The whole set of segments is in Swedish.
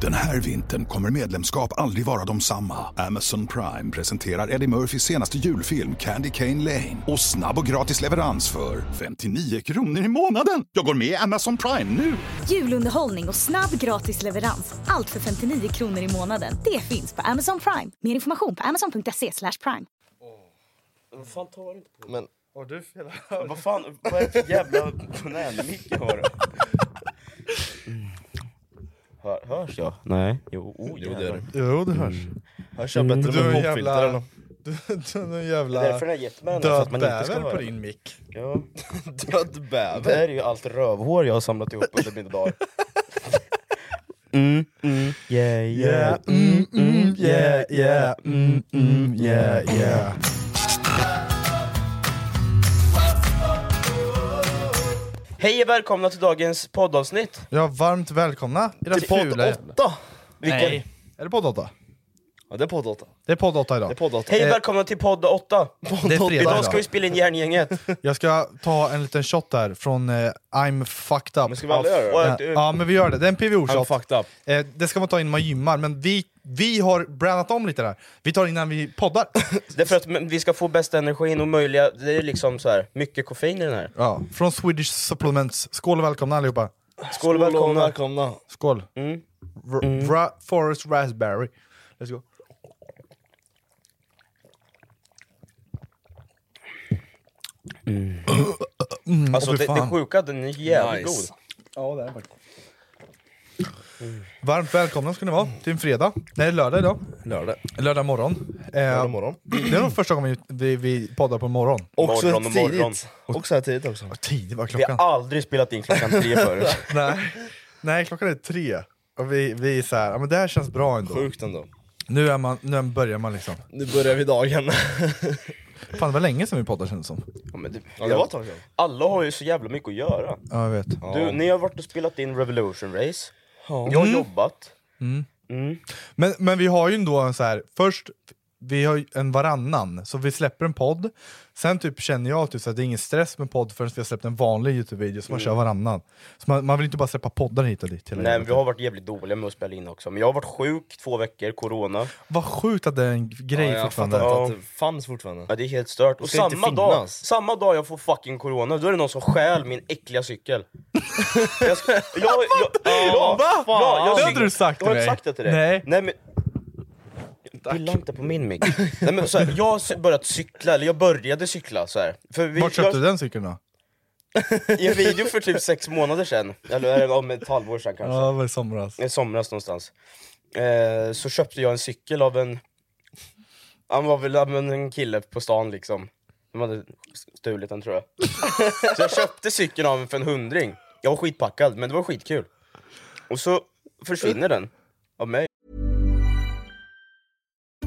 Den här vintern kommer medlemskap aldrig vara de samma. Amazon Prime presenterar Eddie Murphys senaste julfilm Candy Cane Lane. Och snabb och gratis leverans för 59 kronor i månaden. Jag går med i Amazon Prime nu! Julunderhållning och snabb gratis leverans. Allt för 59 kronor i månaden. Det finns på Amazon Prime. Mer information på amazon.se slash prime. Vad fan tar du inte på? Men Har du fel? Vad fan, vad är det för jävla konäl-mick jag har? Hör, hörs jag? Nej. Jo, oh, jo, det gör det. Jo, det hörs. Hörs jag bättre Mm. Du med är en popfilter eller jävla... något? Du, du är en Det är därför jävla den är getman, för att man inte ska dödbäver höra. på din mick. Ja. död Det bäver. här är ju allt rövhår jag har samlat ihop under mina dagar. Mm, mm, yeah, Yeah, mm, mm, yeah, yeah, mm, mm, yeah, yeah. Hej och välkomna till dagens poddavsnitt. Ja, varmt välkomna i den Till podd fula... 8. Vilken? Nej. Är det podd 8? Ja, det är podd 8. Det är podd 8 Det är idag. podd 8. Hej och Eh. välkomna till podd 8. Det är fredag Idag ska vi idag. spela in Järngänget. Jag ska ta en liten shot där från eh, I'm fucked up. Men ska vi aldrig göra det? Och, Ja, eh, Ja, men vi gör det. Det är en I'm PVO-shot. fucked up. Eh, det ska man ta in när man gymmar, men vi, vi har brandat om lite där. Vi tar innan vi poddar. Det är för att vi ska få bästa energin och möjliga, det är liksom så här mycket koffein i den här. Ja, från Swedish Supplements. Skål och välkomna allihopa. Skål och välkomna! välkomna. Skål. Mm. R- Ra- forest Raspberry. Let's go. Mm, Alltså åh, fy det, det fan. sjuka, den är jävligt Nice. god. Varmt välkomna ska ni vara till en fredag. Nej, det är lördag idag. Lördag. Lördag morgon. Eh, Lördag morgon. Det är nog första gången vi, vi, vi poddar på en morgon. Också Morgon och tidigt. morgon. Också här tidigt också. Vad tidig var Vi klockan? har aldrig spelat in klockan tre förut. Nej. Nej, klockan är tre. Och vi, vi är så här, ja, men det här känns bra ändå. Sjukt ändå. Nu, är man, nu börjar man liksom. Nu börjar vi dagen. Fan, det var länge sedan vi poddade kändes som. Ja, men det, Ja, det var ett tag sedan. Alla har ju så jävla mycket att göra. Ja, jag vet. Du, ni har varit och spelat in Revolution Race, jag har jobbat. Men, men vi har ju ändå en så här, först, vi har ju en varannan, så vi släpper en podd. Sen typ känner jag typ så att det är ingen stress med podd förrän vi har släppt en vanlig Youtube-video som man kör varannan. Så man, man vill inte bara släppa poddar hit och dit hela Mm. Nej tiden. men vi har varit jävligt dåliga med att spela in också, men jag har varit sjuk två veckor, corona. Vad sjukt att det är en grej jag fortfarande. fattar inte Ja. att det fanns fortfarande. Ja, det är helt stört. Och ska inte samma dag, finnas. samma dag jag får fucking corona, då är det någon som stjäl min äckliga cykel. jag ska, jag, jag, ja, Va? Ja, jag Det cyk- hade du sagt jag har till inte mig. sagt det till dig. Nej. Nej men... Pilla inte på min mick. Nej, men, så här, jag har börjat cykla, eller jag började cykla så här. För vi, Vart köpte du jag, den cykeln då? I en video för typ sex månader sedan, eller om ett halvår sedan kanske. Ja, det var i somras. i somras någonstans. Eh, så köpte jag en cykel av en, han var väl ja, men en kille på stan liksom. De hade stulit den tror jag. så jag köpte cykeln av en för en hundring. Jag var skitpackad, men det var skitkul. Och så försvinner den av mig.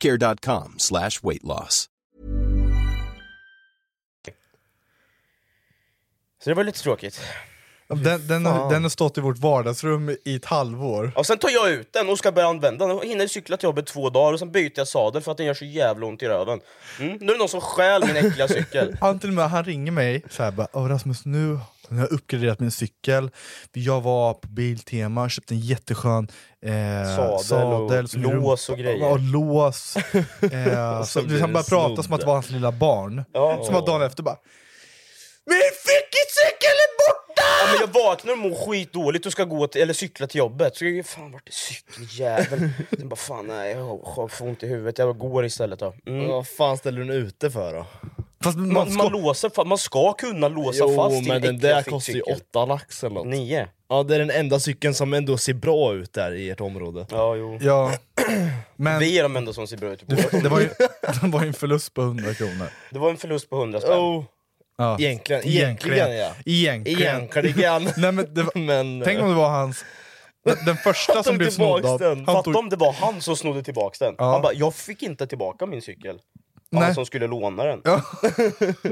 plushcare.com slash weight loss. Så det var lite tråkigt. Den, den, har, den har stått i vårt vardagsrum i ett halvår. Och sen tar jag ut den och ska börja använda den. Och hinner cykla till jobbet två dagar och sen byter jag sadel för att den gör så jävla ont i röven. Mm. Nu är det någon som stjäl min äckliga cykel. Han till och med han ringer mig så här bara "Åh, Rasmus nu, nu har jag uppgraderat min cykel. Jag var på Biltema och köpte en jätteskön eh, Sadel och som är lås rum- och grejer." Ja, lås. Eh, så, blir han det bara prata snodd. som att det var hans lilla barn. Ja. Som att dagen efter bara Min cykel är borta! Ja, men jag vaknar och mår skitdåligt och ska gå till, eller cykla till jobbet. Så jag ju fan vart är cykeljäveln? Sen bara fan nej, jag har får ont i huvudet. Jag bara går istället då. Mm. Vad fan ställer du den ute för då? Fast man, Man, ska, man låser fa- man ska kunna låsa fast Jo i men en den äckliga där kostar ju cykel. åtta lax eller något. Nio. Ja det är den enda cykeln som ändå ser bra ut där i ert område. Ja, jo. ja. Men Vi är de enda som ser bra ut. på vårt det område. var, ju, det var ju en förlust på 100 kronor. Det var en förlust på 100 spänn. Ja. Egentligen, egentligen ja. Egentligen. Egentligen. Nej, men det var, men... eh, Tänk om det var hans... den- Den första som tog blev snodd tillbaks av... den. Han Fatta tog, om det var han som snodde tillbaks den. Ja. Han bara, jag fick inte tillbaka min cykel. Nej. Han alltså? som skulle låna den. Ja.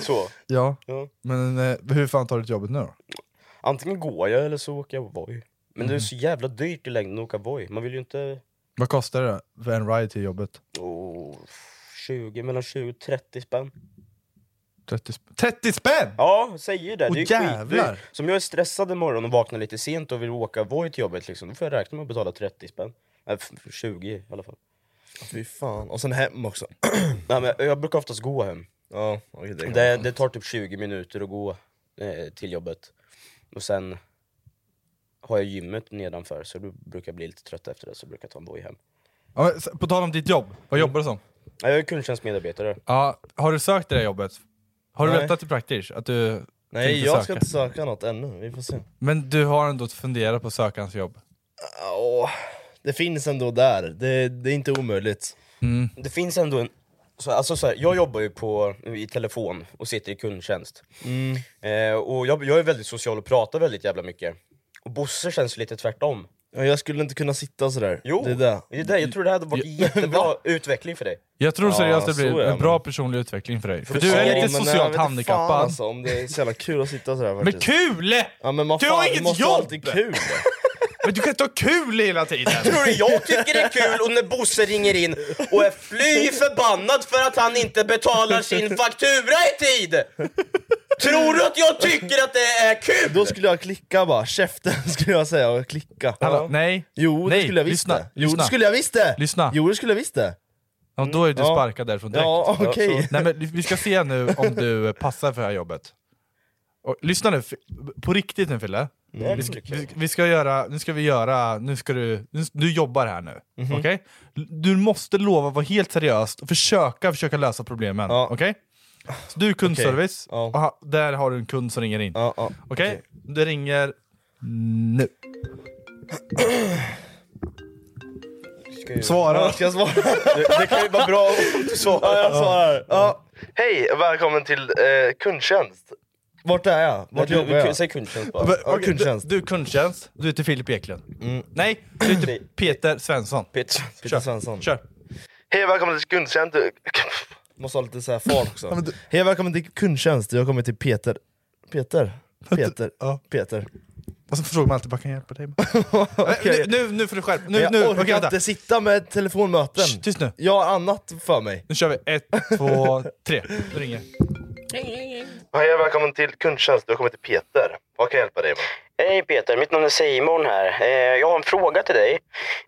så. ja. Ja. Men eh, hur fan tar du till jobbet nu då? Antingen går jag eller så åker jag Voi. Men det är så jävla dyrt i längden att åka Voi. Man vill ju inte... Vad kostar det för en ride till jobbet? Åh, 20, mellan 20 och 30 spänn. 30, sp- 30 spänn! Ja, jag säger ju det. Åh, det är ju jävlar. skitdyrt. Så om jag är stressad imorgon och vaknar lite sent och vill åka Voi till jobbet liksom, då får jag räkna med att betala 30 spänn. Nej, f- 20 i alla fall. Fy fan. Och sen hem också. Nej, men jag- jag brukar oftast gå hem. Ja, okej, det, det... Det, det tar typ 20 minuter att gå eh, till jobbet. Och sen har jag gymmet nedanför så då brukar jag bli lite trött efter det så brukar jag ta en boj hem. Ja, men s- På tal om ditt jobb, vad jobbar du som? Nej, Jag är kundtjänstmedarbetare. Mm. Ja, har du sökt det där jobbet? Har du Nej. vetat till praktik? Att du Nej tänkte jag söka? ska inte söka något ännu, vi får se. Men du har ändå funderat på att söka hans jobb? Åh, det finns ändå där, det, det är inte omöjligt. Det finns ändå en... Så, alltså så här, jag jobbar ju på, i telefon och sitter i kundtjänst. Mm. Eh, och jag, jag är väldigt social och pratar väldigt jävla mycket. Och Bosse känns lite tvärtom. Ja, Jag skulle inte kunna sitta sådär. Jo, Det är det. det, är det. jag tror det här hade varit jättebra utveckling för dig. Jag tror seriöst det så blir är en det. bra personlig utveckling för dig. För du Ja, är men lite nej, jag vet socialt inte handikappad. Fan, alltså, om det är så jävla kul att sitta sådär Men faktiskt. kul! Ja, men man Du fan, har det inget måste jobb! vara alltid kul! Men du kan inte ha kul hela tiden! Tror du jag tycker det är kul och när Bosse ringer in och är fly förbannad för att han inte betalar sin faktura i tid? Tror du att jag tycker att det är kul? Då skulle jag klicka bara, käften skulle jag säga och klicka. Hallå, nej. Jo, det nej. skulle jag visst lyssna, det. Jo, lyssna. det skulle jag visst det! Lyssna. Jo, det skulle jag visst det! Ja, då är du Ja. sparkad därifrån direkt. Ja, okej. Så- Nej, men vi ska se nu om du passar för det här jobbet. Och, lyssna nu, F- på riktigt nu Fille. Vi, ska, Mm. vi, ska- vi ska göra, nu ska vi göra, nu ska du, nu, du jobbar här nu. Mhm. Okej? Du måste lova att vara helt seriöst och försöka, försöka lösa problemen. Ja. Okej? Så du är kundservice, Ja. och ha- där har du en kund som ringer in. Ja, ja. Okej? Det ringer nu. Svara! Ska jag svara? Det, kan ju vara bra om du svarar. Ja, jag svarar. Ja. Hej och välkommen till eh, kundtjänst. Vart är jag? Vart Du, jobbar jag? Säg kundtjänst bara. Men, Ja, okej, kundtjänst. Du, du är kundtjänst, du heter Filip Eklund. Nej, du heter Peter Svensson. Peter. Peter Svensson. Kör. Hej och välkommen till kundtjänst. Måste ha lite så här fart också. Hej och välkommen till kundtjänst. Jag kommer till Peter. Peter? Peter? Ja. Peter. Och så frågar man alltid vad kan jag hjälpa dig med? Okej. nu, nu, nu får du skärpa nu, Men jag nu, orkar okej, vänta. inte sitta med telefonmöten. Shh, tyst nu. Jag har annat för mig. Nu kör vi. Ett, två, tre. Nu ringer Hej och välkommen till kundtjänst. Jag kommer till Peter. Vad kan jag hjälpa dig med? Hej Peter, mitt namn är Simon här. Eh, jag har en fråga till dig. Eh,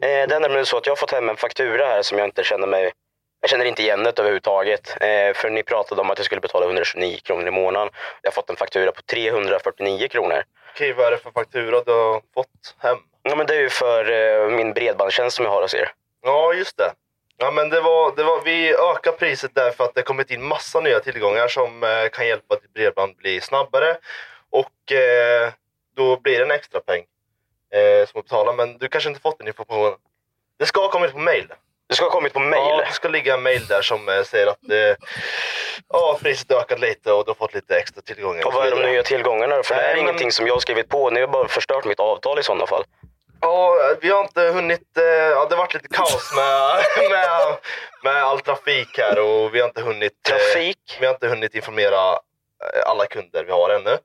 det är nämligen så att jag har fått hem en faktura här som jag inte känner mig... Jag känner inte igen det överhuvudtaget. Eh, för ni pratade om att jag skulle betala 129 kronor i månaden. Jag har fått en faktura på 349 kronor. Okej, vad är det för faktura du har fått hem? Ja, men det är ju för eh, min bredbandstjänst som jag har hos er. Ja, just det. Ja, men det var, det var, vi ökar priset därför att det kommit in massa nya tillgångar som eh, kan hjälpa ditt bredband bli snabbare. Och eh, då blir det en extra peng eh, som att betala. Men du kanske inte fått den informationen. Det ska ha kommit på mail. Det ska ha kommit på mail. Ja, det ska ligga en mail där som eh, säger att eh, ja, priset ökat lite och du har fått lite extra tillgångar. Och vad är de nya tillgångarna då? För det här är Nej, men- Eh, ingenting som jag har skrivit på. Ni har bara förstört mitt avtal i sådana fall. Ja, vi har inte hunnit... eh, Ja, det har varit lite kaos med, med, med all trafik här och vi har inte hunnit... eh, Trafik? Vi har inte hunnit informera eh, alla kunder vi har ännu.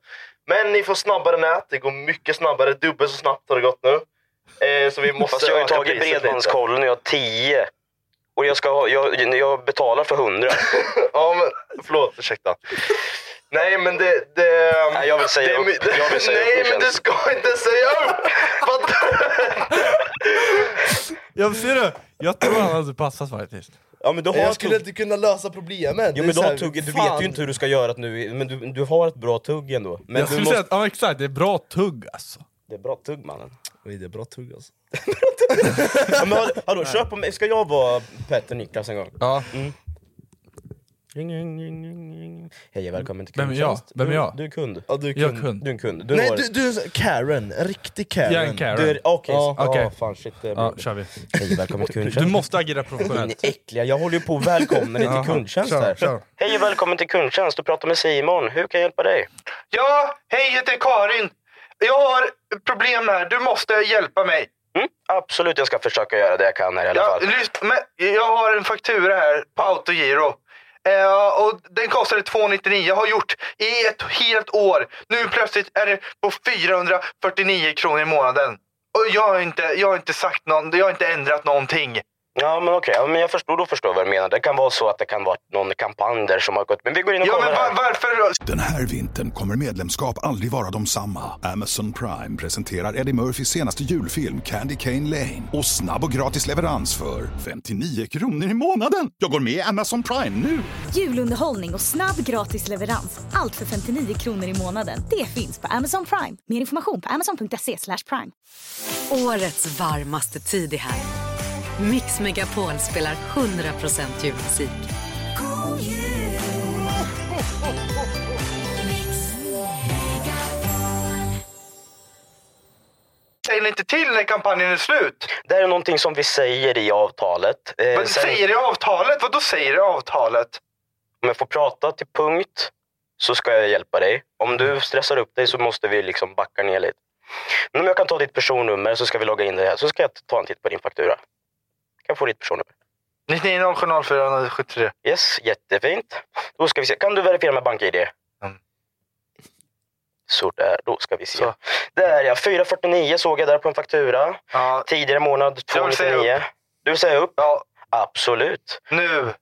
Men ni får snabbare nät. Det går mycket snabbare. Dubbelt så snabbt har det gått nu. Eh, så vi måste Fast jag har ju öka tagit priset lite. bredbandskollen och jag har 10. Och jag, ska ha, jag, jag betalar för 100. ja, men förlåt. Ursäkta. Nej, men det... det Nej, jag vill säga Ehm, det är upp. my- det- Jag vill säga upp Nej, min men du tjänst. ska inte säga upp! Fattar du? Jag ser det! Jag tror han hade passat faktiskt. Ja, men du har Jag ett skulle tugg. inte kunna lösa problemet. Ja, Det är men du, så har här, tugget, du fan. vet ju inte hur du ska göra nu, men du, du har ett bra tugg ändå. Men jag du skulle måste... säga att, ja exakt, det är bra tugg alltså. Det är bra tugg mannen. Oj, Det är bra tugg alltså. Ja, men hallå, hallå, köp om, ska jag vara Petter Niklas en gång? Ja. Ring, ring, ring, ring, ring. Hej och välkommen till Vem är kundtjänst. jag? Vem är Du- jag? Du är kund. Ja, du är Jag kund. är kund. Du är en kund. Du Nej, har... du, du är en sån- Karen. En riktig Karen. Jag är en Karen. du är... Okej, så- Ja, okej. ja, fan shit. Det är Ja, bra. kör vi. Hej och välkommen till Du kundtjänst. måste agera Ni professionellt. äckliga, jag håller ju på att välkomna dig Jaha, till kundtjänst kör, här. kör. Hej och välkommen till kundtjänst. Du pratar med Simon. Hur kan jag hjälpa dig? Ja, hej, jag heter Karin. Jag har problem här. Du måste hjälpa mig. Mm? Absolut, jag ska försöka göra det jag kan här i alla Ja, fall. lyssna, men jag har en faktura här på autogiro. Eh, och den kostade 299. Jag har gjort i ett helt år. Nu plötsligt är det på 449 kronor i månaden. Och jag har inte, jag har inte sagt någon, jag har inte ändrat någonting. Ja, men okej. Ja, men jag förstår, då förstår jag vad du menar. Det kan vara så att det kan vara någon kampanj där som har gått... Men vi går in och Ja, kollar men här. va- varför Den här vintern kommer medlemskap aldrig vara de samma. Amazon Prime presenterar Eddie Murphys senaste julfilm Candy Cane Lane. Och snabb och gratis leverans för 59 kronor i månaden. Jag går med i Amazon Prime nu! Julunderhållning och snabb gratis leverans. Allt för 59 kronor i månaden. Det finns på Amazon Prime. Mer information på amazon.se slash prime. Årets varmaste tid är här. Mix Megapol spelar 100% julmusik. säger ni inte till när kampanjen är slut? Det här är någonting som vi säger i avtalet. Eh, Vad säger det i avtalet? Vad då säger det i avtalet? Om jag får prata till punkt så ska jag hjälpa dig. Om du stressar upp dig så måste vi liksom backa ner lite. Men om jag kan ta ditt personnummer så ska vi logga in det här. Så ska jag ta en titt på din faktura. Kan jag få ditt personnummer? 99 074 73. Yes, jättefint. Då ska vi se. Kan du verifiera med bank-id? Mm. Så där, då ska vi se. Så. Där ja, 449 såg jag där på en faktura. Ja, Tidigare månad Jag vill säga 299. Du vill säga upp? ja, Absolut. nu.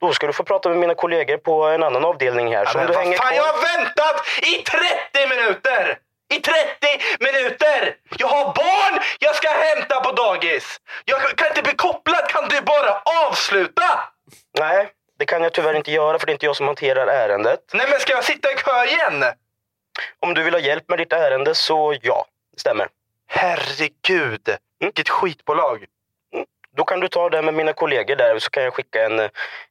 Då ska du få prata med mina kollegor på en annan avdelning här. Ja, så om men du vad hänger fan, kvar... jag har väntat i 30 minuter! I 30 minuter! Jag har barn jag ska hämta på dagis! Jag kan inte bli kopplad, kan du bara avsluta? Nej, det kan jag tyvärr inte göra för det är inte jag som hanterar ärendet. Nej men ska jag sitta i kö igen? Om du vill ha hjälp med ditt ärende så ja, det stämmer. Mm. Herregud, vilket skitbolag. Då kan du ta det med mina kollegor där så kan jag skicka en,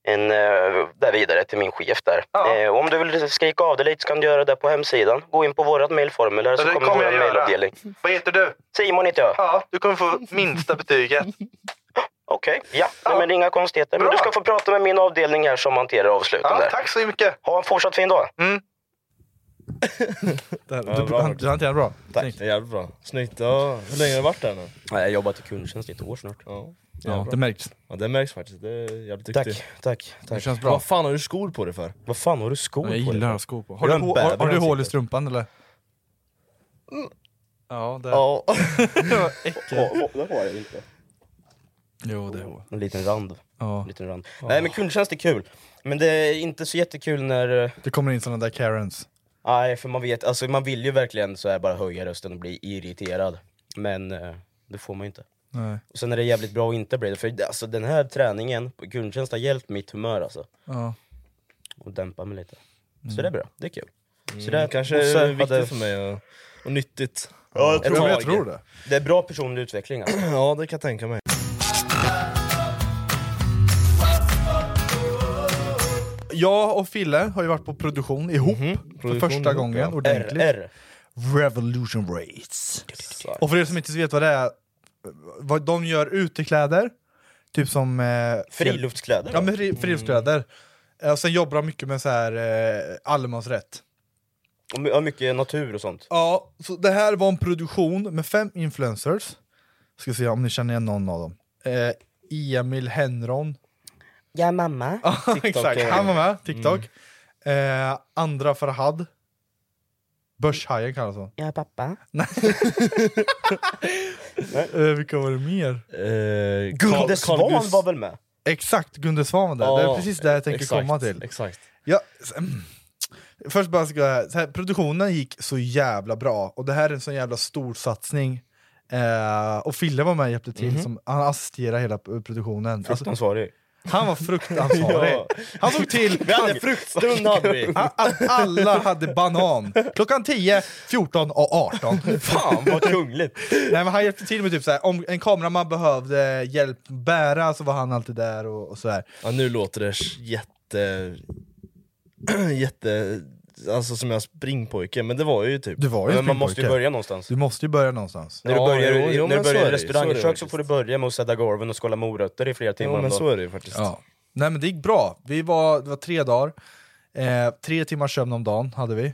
en eh, där vidare till min chef där. Ja. Eh, och om du vill skrika av dig lite så kan du göra det på hemsidan. Gå in på vårat mejlformulär så det kommer kommer jag vår göra. mejlavdelning. Vad heter du? Simon heter jag. Ja, du kommer få minsta betyget. Okej, ja. Nej, men det är inga konstigheter. Men Bra. du ska få prata med min avdelning här som hanterar avsluten Ja, där. tack så mycket. Ha en fortsatt fin dag. Du, bra. han- du hanterar bra. Tack, det är jävligt bra. Snyggt. Ja. Hur länge har du varit där nu? Nej, jag har jobbat i kundtjänst i ett år snart. Ja. Ja, det märks. ja, det märks faktiskt. Det är jävligt duktig. Tack, tack, Det tack. känns bra. Vad fan har du skor på dig för? Vad fan har du skor Jag på gillar dig? att ha skor på. Har Jag du, är en hå- har, bäver har du i hål i ansiktet. strumpan eller? Ja, det Ja. var äckligt. Ja, det har jag inte. Jo, det är hål. En liten rand. Ja. En liten rand. Nej men kundtjänst är kul. Men det är inte så jättekul när... eh, Det kommer in såna där Karens. Nej för man vet, alltså man vill ju verkligen så här bara höja rösten och bli irriterad. Men eh, det får man ju inte. Nej. Och sen är det jävligt bra att inte bli det. För det- alltså den här träningen på kundtjänst har hjälpt mitt humör alltså. Ja. Mm. Och dämpa mig lite. Så det är bra, det är kul. Så Det det Mm, kanske Bosse är viktigt hade- för mig och, och nyttigt. Ja, Jag tror, jag tror det. Det är bra personlig utveckling alltså. Ja, det kan jag tänka mig. Jag och Fille har ju varit på produktion ihop för Produktion första ihop, gången ja. ordentligt. RR. Revolution Rates. Och för er som inte vet vad det är, vad de gör utekläder, typ som... Eh, Friluftskläder. Ja, men fri, friluftskläder. Eh, Och sen jobbar de mycket med så här eh, allemansrätt. Och my- ja, mycket natur och sånt. Ja, så det här var en produktion med fem influencers. Ska se om ni känner igen någon av dem. Eh, Emil Henron. Ja mamma. Ja, Mm. exakt. Han var med, TikTok. Eh, Andra Farhad. Börshajen kallas hon. Jag är pappa. Eh, vilka var det mer? Eh, Gunde Svan var väl med? Exakt, Gunde Svan var där. det är precis där jag tänker exakt, komma till. Exakt. Ja, s- mm. först bara ska jag, så här, produktionen gick så jävla bra och det här är en sån jävla stor satsning. Eh, och Fille var med och hjälpte till, Mhm. som, han assisterade hela p- produktionen. Alltså, Fruktansvarig. han var fruktansvarig. Ja. Han såg till... Vi hade fruktstund hade vi. A- a- Alla hade banan. Klockan 10, 14 och 18. Fan vad kungligt! Nej, men han hjälpte till med typ så här, om en kameraman behövde hjälp bära så var han alltid där och, och så här. Ja, nu låter det jätte... jätte... Alltså som jag springpojke, men det var ju typ... Det var ju en men man måste ju springpojke. börja någonstans. Du måste ju börja någonstans. När du Ja, börjar, jo, jo, när men du så är börjar det i ju, så är restaurangkök det så får du börja med att sätta golven och skåla morötter i flera timmar Jo om men dagen. så är det ju faktiskt. Ja. Nej men det gick bra. Vi var, det var tre dagar. Eh, tre timmars sömn om dagen hade vi.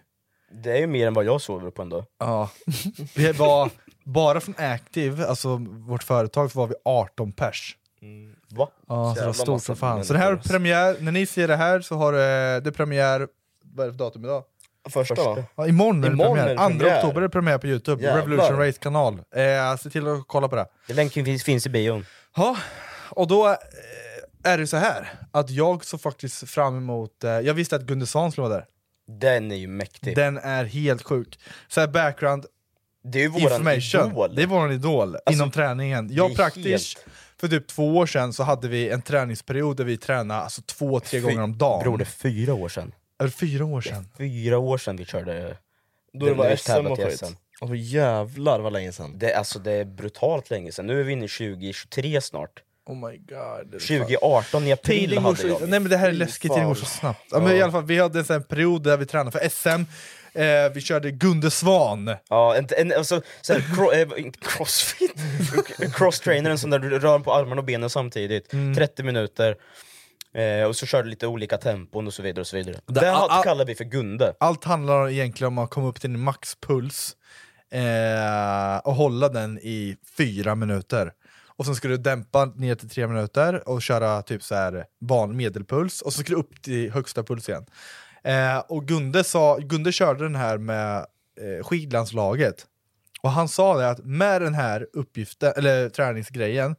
Det är ju mer än vad jag sover på en dag. Ja. Vi var bara från Active, alltså vårt företag, så var vi 18 pers. Va? Ja, så det var Jävla stort massa som fan. Så det här är människor, alltså. premiär, när ni ser det här så har det, det är premiär, vad är det för datum idag? Första, va? Ja, imorgon är det Imorgon är premiär. det 2 premiär. oktober är det premiär på Youtube, Jävlar. Revolution Race kanal. Eh, se till att kolla på det. Det länken finns, finns i bion. Ja, och då eh, är det så här att jag såg faktiskt fram emot, eh, jag visste att Gunde Svan skulle vara där. Den är ju mäktig. Den är helt sjuk. Så här background det är ju våran information. idol. Alltså, Det är våran idol inom träningen. det Jag är praktiskt, helt- för typ två år sedan så hade vi en träningsperiod där vi tränade alltså två, tre gånger om dagen. Bror, det är fyra år sedan. Eller fyra år sedan. Fyra år sedan vi körde... Då det den- när var vi SM tävlade och till skit. Åh jävlar vad länge sedan. Det, alltså, det är brutalt länge sedan. Nu är vi inne i 2023 snart. Oh my god. det är fan- 2018 i april Tiden går hade så, jag. nej men det här är läskigt, tiden går så snabbt. Ja, men i alla fall, vi hade en sån här period där vi tränade för SM, eh, vi körde Gunde Svan. Ja, en, en, alltså, så här, cro, eh, inte crossfit, crosstrainern som där du rör på armarna och benen samtidigt, Mm. 30 minuter. Eh, och så kör du lite olika tempon och så vidare. och så vidare. Det, all- all- här kallar vi för Gunde. Allt handlar egentligen om att komma upp till din maxpuls eh, och hålla den i fyra minuter. Och sen ska du dämpa ner till tre minuter och köra typ så här van medelpuls och så ska du upp till högsta puls igen. Eh, och Gunde, sa, Gunde körde den här med eh, skidlandslaget. Och han sa det att med den här uppgiften, eller träningsgrejen,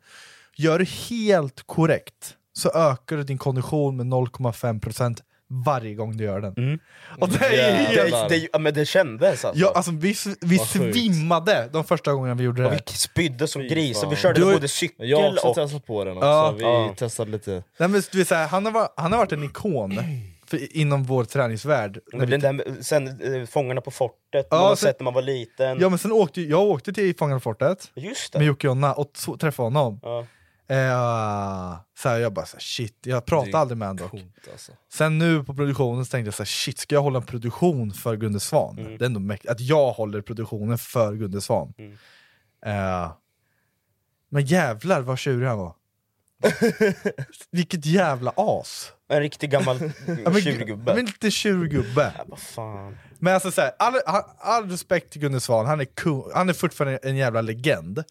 gör du helt korrekt så ökar du din kondition med 0,5% varje gång du gör den. Mm. Och det är helt... Det, det, ja, men det kändes alltså. Ja, alltså, vi s- vi Vad sjukt. svimmade de första gångerna vi gjorde det. Och vi spydde som grisar, vi fan. körde Du har ju- både cykel Jag har också och... testat på den också, Ja. vi Ja. testade lite. Nej, men, du vet, så här, han, har, va- han har varit en ikon för, inom vår träningsvärld. Mm. När vi- Den där, sen eh, Fångarna på fortet, Ja, man har sen- sett när man var liten. Ja, men sen åkte, ju- jag åkte till Fångarna på fortet Just med det. Jocke och Jonna och så, träffade honom. Ja. Eh, så här, jag bara så här, shit, jag pratade aldrig med honom dock. Coolt alltså. Sen nu på produktionen så tänkte jag så här, shit, ska jag hålla en produktion för Gunde Svan? Mm. Det är ändå mäktigt att jag håller produktionen för Gunde Svan. Eh, men jävlar vad tjurig han var. Vilket jävla as! En riktig gammal Ja, men- tjurgubbe. Men lite tjurgubbe. Ja, Vad fan. Men alltså så här, all, all, all respekt till Gunde Svan, han är, kung, han är fortfarande en jävla legend.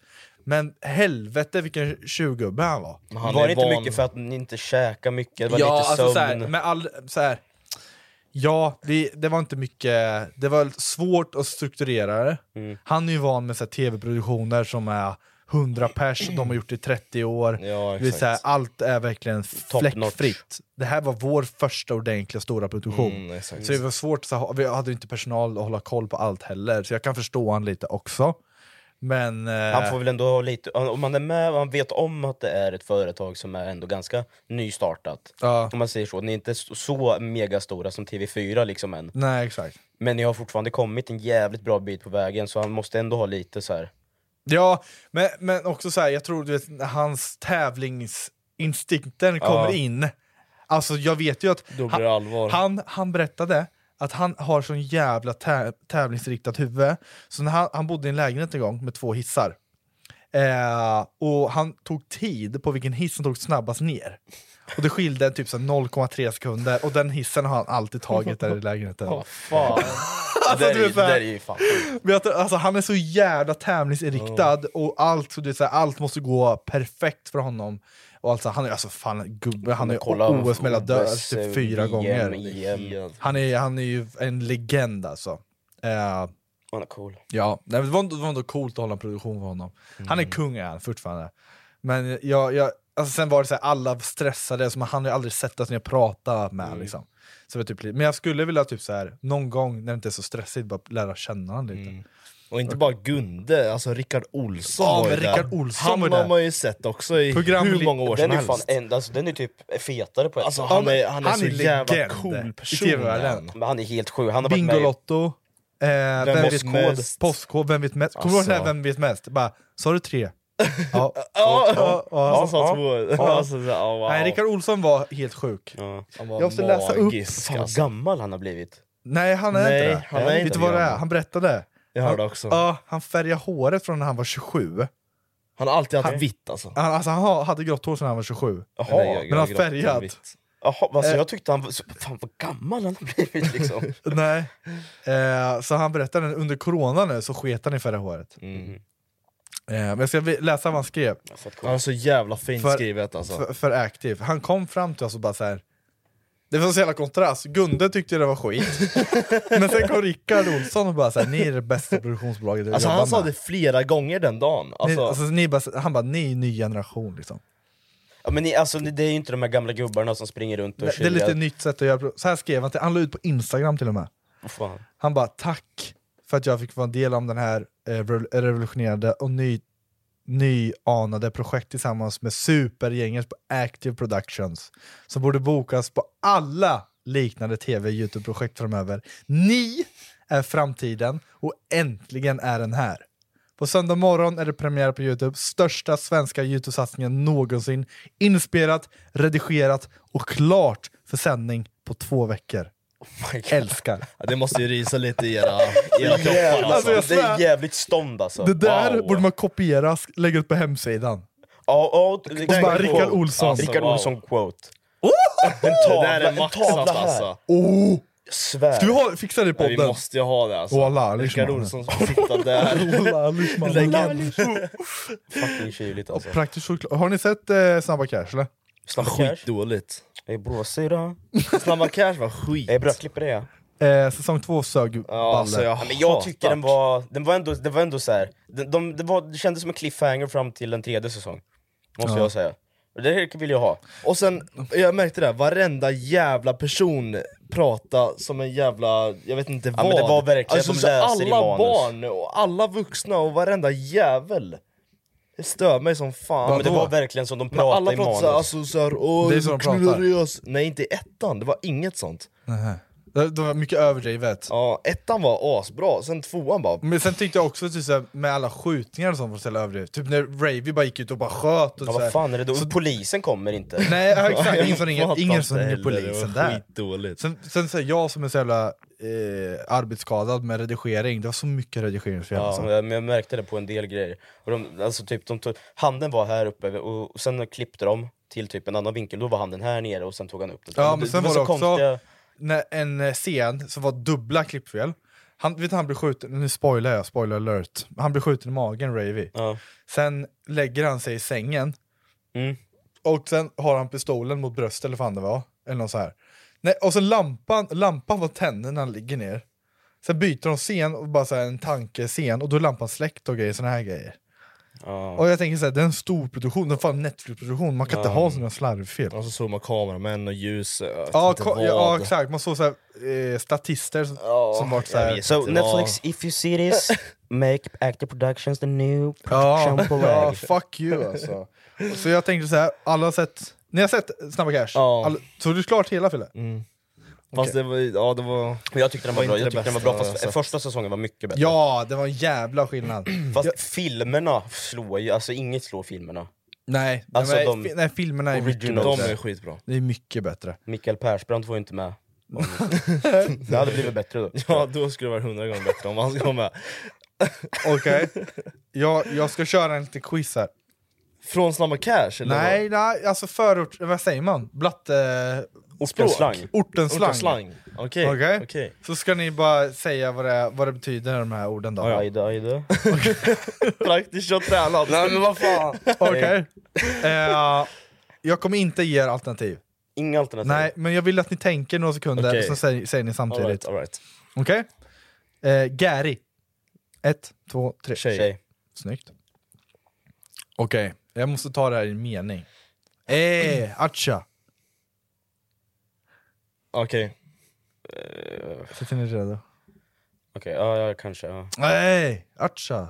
Men helvete vilken tjurgubbe han var. Men han var är det inte van- alltså mycket för att ni inte käkade mycket? Det var lite alltså, så här, sömn? med all, så här, ja vi, det var inte mycket, det var svårt att strukturera det. Mm. Han är ju van med så här tv-produktioner som är 100 pers, de har gjort det i 30 år. Ja, Det är så här, exakt. allt är verkligen notch. fläckfritt. Det här var vår första ordentliga stora produktion. Mm, exakt. Så det var svårt, så här, vi hade ju inte personal att hålla koll på allt heller, så jag kan förstå han lite också. Men... eh, Han får väl ändå ha lite, om man är med och han vet om att det är ett företag som är ändå ganska nystartat. ja, Om man säger så, ni är inte så- så megastora som TV4 liksom än. nej exakt. Men ni har fortfarande kommit en jävligt bra bit på vägen så han måste ändå ha lite så här. Ja, men, men också så här, jag tror du vet, när hans tävlingsinstinkten kommer in. Alltså jag vet ju att Då blir han, det allvar. han, han berättade att han har sån jävla tä- tävlingsriktat huvud. Så när han, han bodde i en lägenhet en gång med två hissar. Eh, och han tog tid på vilken hiss som tog snabbast ner. Och det skilde typ så här 0,3 sekunder och den hissen har han alltid tagit där i lägenheten. Fan. Alltså, det, där du är, vet ju- så det här- där är ju fan sjukt. men att, alltså, han är så jävla tävlingsinriktad och allt, så det är så här, allt målte gå perfekt för honom. Och alltså, han är alltså fan en gubbe, han är Kolla, OS mellan dörrar OS, typ fyra VM, gånger. EM. Han är, han är ju en legend alltså. Eh, Han är cool. Ja, nej, men det var, ändå- det var ändå coolt att hålla en produktion för honom. Han är kung är han fortfarande. Men jag, jag, alltså sen var det så här, alla stressade, som han har ju aldrig sett att jag pratat med. Liksom. Så det var typ, li- men jag skulle vilja typ så här, någon gång när det inte är så stressigt, bara lära känna honom lite. Och inte bara Gunde, alltså Rickard Olsson Ja, var ju men där. Rickard Olsson Han var ju där. har man ju sett också i hur många år den som är ju fan helst. en, alltså, Den är typ fetare på ett Alltså, sätt. han är- han är Han så är jävla legend cool i person, TV-världen. Men han är helt sjuk. Han har varit med i- Bingolotto, eh, vem, vet vet mest? mest? Postkod, vem vet mest? Kommer du ihåg den här Alltså. Vem vet mest? Bara, sa du tre? Ja. Ja, ja, ja. han sa två. Ja. Alltså, så, ja, wow. Nej, Rickard Olsson var helt sjuk. Han var Jag måste läsa upp. magisk, Fan, vad alltså. gammal han har blivit. Nej, han är Nej, inte det. han är Vet inte du vad det gammal. är? Han berättade. Jag hörde också. Han, ja, han färgade håret från när han var 27. Han har alltid haft Han- vitt alltså. Han, alltså, han ha- hade grått hår sedan han var 27. Jaha. men han färgat. Jaha, alltså, Eh. jag tyckte han var... så- Fan vad gammal han har blivit liksom. Nej. Eh, så han berättade under corona nu så sket han i färga håret. Eh, men jag ska vi- läsa vad han skrev. Han är så jävla fint För- skrivet alltså. för, för Active. Han kom fram till oss och bara så här. Det var så jävla kontrast. Gunde tyckte det var skit. Men sen kom Rickard Olsson och bara så här, ni är det bästa produktionsbolaget jag Alltså jobbar han sa med. det flera gånger den dagen. Ni, Alltså, alltså, ni är bara, han bara, ni är en ny generation liksom. Ja, men ni, alltså, det det är ju inte de här gamla gubbarna som springer runt och Det, det är lite chillar. nytt sätt att göra pro- Så här skrev han, till, han la ut på Instagram till och med. Vad fan. Han bara, tack för att jag fick vara en del av den här eh, revol- revolutionerade och ny, nyanade projekt tillsammans med supergänget på Active Productions som borde bokas på alla liknande tv och youtube-projekt framöver. Ni är framtiden och äntligen är den här. På söndag morgon är det premiär på Youtube, största svenska Youtube-satsningen någonsin. Inspelat, redigerat och klart för sändning på två veckor. Älskar! Ja, Det måste ju rysa lite i era, era Jävlar, kroppar alltså. alltså, jag det svär. är jävligt stånd alltså. Det där Wow. borde man kopiera, sk- lägga ut på hemsidan. Ja, ja, så bara Rickard quote. Olsson. Alltså, Rickard wow. Olsson quote. En tavla- det där är en maxat tavla här. alltså. Oh! Jag svär. Ska vi ha, fixa det i Ja, podden? liksom. vi måste ju ha det alltså. Ola, Rickard Lischmann. Olsson som sitter där. Ola Lischmann. Legend. Fucking kyligt alltså. Praktiskt choklad. Har ni sett eh, Snabba Cash eller? Snabba cash. Skitdåligt. Ey bror, syrra. Snabba Cash var skit. Ey bror, jag klipper det. Eh, säsong två sög Ja, balle. alltså, jag, men jag tycker den var, den var ändå, det var ändå så här. Den, de, det, var, det kändes som en cliffhanger fram till en tredje säsong. Måste Ja. jag säga. Och Det här vill jag ha. Och sen, jag märkte det, här, varenda jävla person prata som en jävla, jag vet inte Ja, vad. men det var verkligen alltså, att de så läser i alla manus. barn och alla vuxna och varenda jävel. Det stör mig som fan. Ja, men det var verkligen som de Men alla pratade i pratar manus. såhär, alltså såhär, åh, Det är så de pratar. knurrigas. Nej inte i ettan, det var inget sånt. Nähä. Det, det var mycket överdrivet. Ja, ettan var asbra, sen tvåan bara... Men sen tyckte jag också typ, såhär, med alla skjutningar och sånt var så jävla överdrivet. Typ när Ravy bara gick ut och bara sköt. Och Ja, såhär. vad fan är det då? Polisen kommer inte. Nej, ja, Ja, exakt. jag Ingen som ringer, fattar ingen inte som ringer heller, polisen det var där. skitdåligt. Sen, sen så här, jag som är så jävla eh, arbetsskadad med redigering, det var så mycket redigeringsfel. Ja, alltså. men jag- men jag märkte det på en del grejer. Och de, alltså typ, de tog, handen var här uppe och, och sen klippte de till typ en annan vinkel, då var handen här nere och sen tog han upp den. Ja, men sen var det så också konstiga- när en eh, scen som var dubbla klippfel. Han, vet du, han blir skjuten, nu spoilar jag, spoiler alert. Han blir skjuten i magen, Ravy. Sen lägger han sig i sängen. Och sen har han pistolen mot bröstet eller vad fan det var. Eller något så här. Nej, och sen lampan, lampan var tänd när han ligger ner. Sen byter de scen, och bara så här en tankescen, och då är lampan släckt och grejer, såna här grejer. Och jag tänker såhär, det är en stor produktion, det är fan Netflix-produktion, man kan inte ha sådana slarvfel. Och så såg man kameramän och ljus, äh, jag vet Ja, inte ko- vad. ja exakt, man såg såhär, eh, statister som, som vart jag såhär... vet So Netflix, if you see this, make Active Productions the new production Ja, på ja, väg. fuck you alltså. Så jag tänkte så här, alla har sett, ni har sett Snabba Cash? Ja. Mm. Alla, såg du klart hela Fille? Fast det var, ja det var... Men jag tyckte den var, bra, inte jag det tyckte den var bästa alltså. jag bra fast sett. första säsongen var mycket bättre. Ja, det var en jävla skillnad. Fast filmerna slår ju, alltså inget slår filmerna. Nej, Alltså, nej, de- fi- nej filmerna är mycket original. bättre. De är skitbra. Det är mycket bättre. Mikael Persbrandt var ju inte med. Det hade blivit bättre då. Ja då skulle det vara hundra gånger bättre om han ska vara med. Okej, jag, jag ska köra en liten quiz här. Från Snabba Cash eller? Nej, nej, alltså förort, vad säger man? eh, Blatte... Ortens slang. Ortens slang. Ortens slang. Okej, Okej? okej. Så ska ni bara säga vad det, är- vad det betyder de här orden då. Ajde, ajde. vad? Praktiskt och tränat. Nej men vad fan. Okej. Eh, jag kommer inte ge er alternativ. Inga alternativ. Nej, men jag vill att ni tänker några sekunder Okej. och så säger, säger ni samtidigt. Alright, alright. Okej? Eh, Gary. Ett, två, tre. Tjej. Tjej. Snyggt. Okej, jag måste ta det här i en mening. Eh, atcha. Okej. Sätt in er redo. Okej, ja, ja kanske. Ja. Nej, atcha.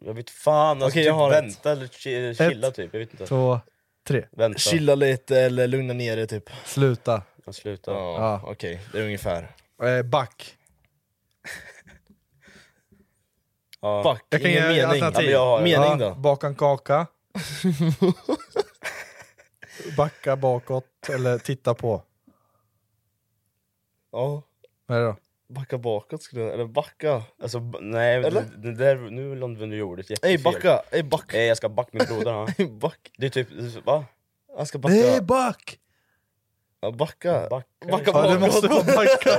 Jag vet fan, alltså, Okej, jag typ har ett. vänta eller chi- chilla typ. Jag vet inte. Två, tre. Vänta. Chilla lite eller lugna ner dig typ. Sluta. Jag slutar. Ja, okej. Det är ungefär. Eh, back. Ja. Fuck, Jag kan ge ingen mening. alternativ. Ja, men jag har- mening Ja, då? Baka en kaka. Backa bakåt eller titta på. Ja. Vad är det då? Backa bakåt skulle jag... Eller backa. Alltså, b- nej, Eller? Det, det där, nu använder du ordet jättefel. Ey backa, ey back. Nej, jag ska backa min brodare. ja. back. Det är typ, va? Jag ska backa. Nej, back! Ja, backa. Backa. Backa Ja, det bakåt. måste vara backa.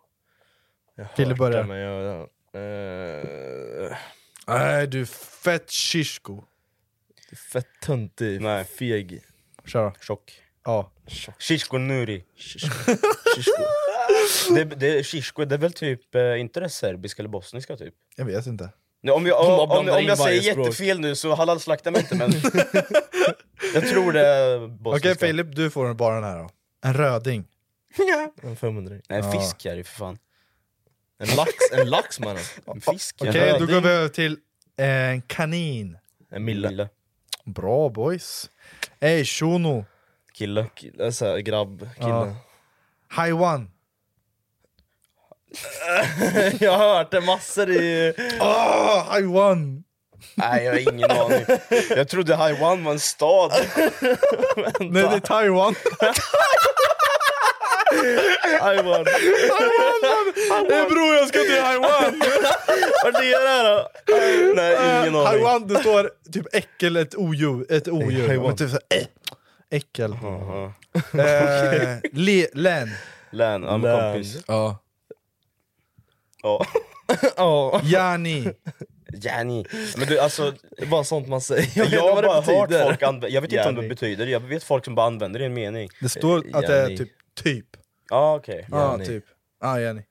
Jag har Ville hört börja. den, men jag- eh, Nej, du är fett shishko. Fett töntig, eh, feg. Kör då. Tjock. Ja. Shishko nuri. det, det, shishko, det är väl typ, eh, inte det serbiska eller bosniska typ? Jag vet inte. Nej, om jag, De bara om, om, blandar om in jag varje säger språk. jättefel nu så halal slakta mig inte men... jag tror det är bosniska. Okej Filip, du får bara den här då. En röding. En 500 Nej, en Ja. fisk är det ju för fan. En lax, en lax mannen. En fisk. Okej, en då röding. går vi över till en kanin. En mille. Bra boys. Ey, shuno. Kille. alltså, Kille, så här, grabb, kille. Ja. Haiwan. jag har hört det massor i... Åh, Ah, Haiwan! Nej, jag har ingen aning. Jag trodde Haiwan var en stad. Nej, det är Taiwan. Haiwan. Ey bror, jag ska till Haiwan! Vart är det här då? Nej, ingen aning. Haiwan, det står typ äckel, ett odjur. Ett odjur. Haiwan. Men Typ så här, äh, äckel. Eh, le, län. Län, ja men Län. kompis. Ja. Ja. Ja, Yani. Jani. Men du alltså, det är bara sånt man säger. jag, vet inte har vad det bara hört betyder. folk använda, jag vet inte om det Jani. betyder det, jag vet folk som bara använder det i en mening. Det står att det är Yani. typ typ. Ja okej. Ja, Yani. typ. Ja, yani.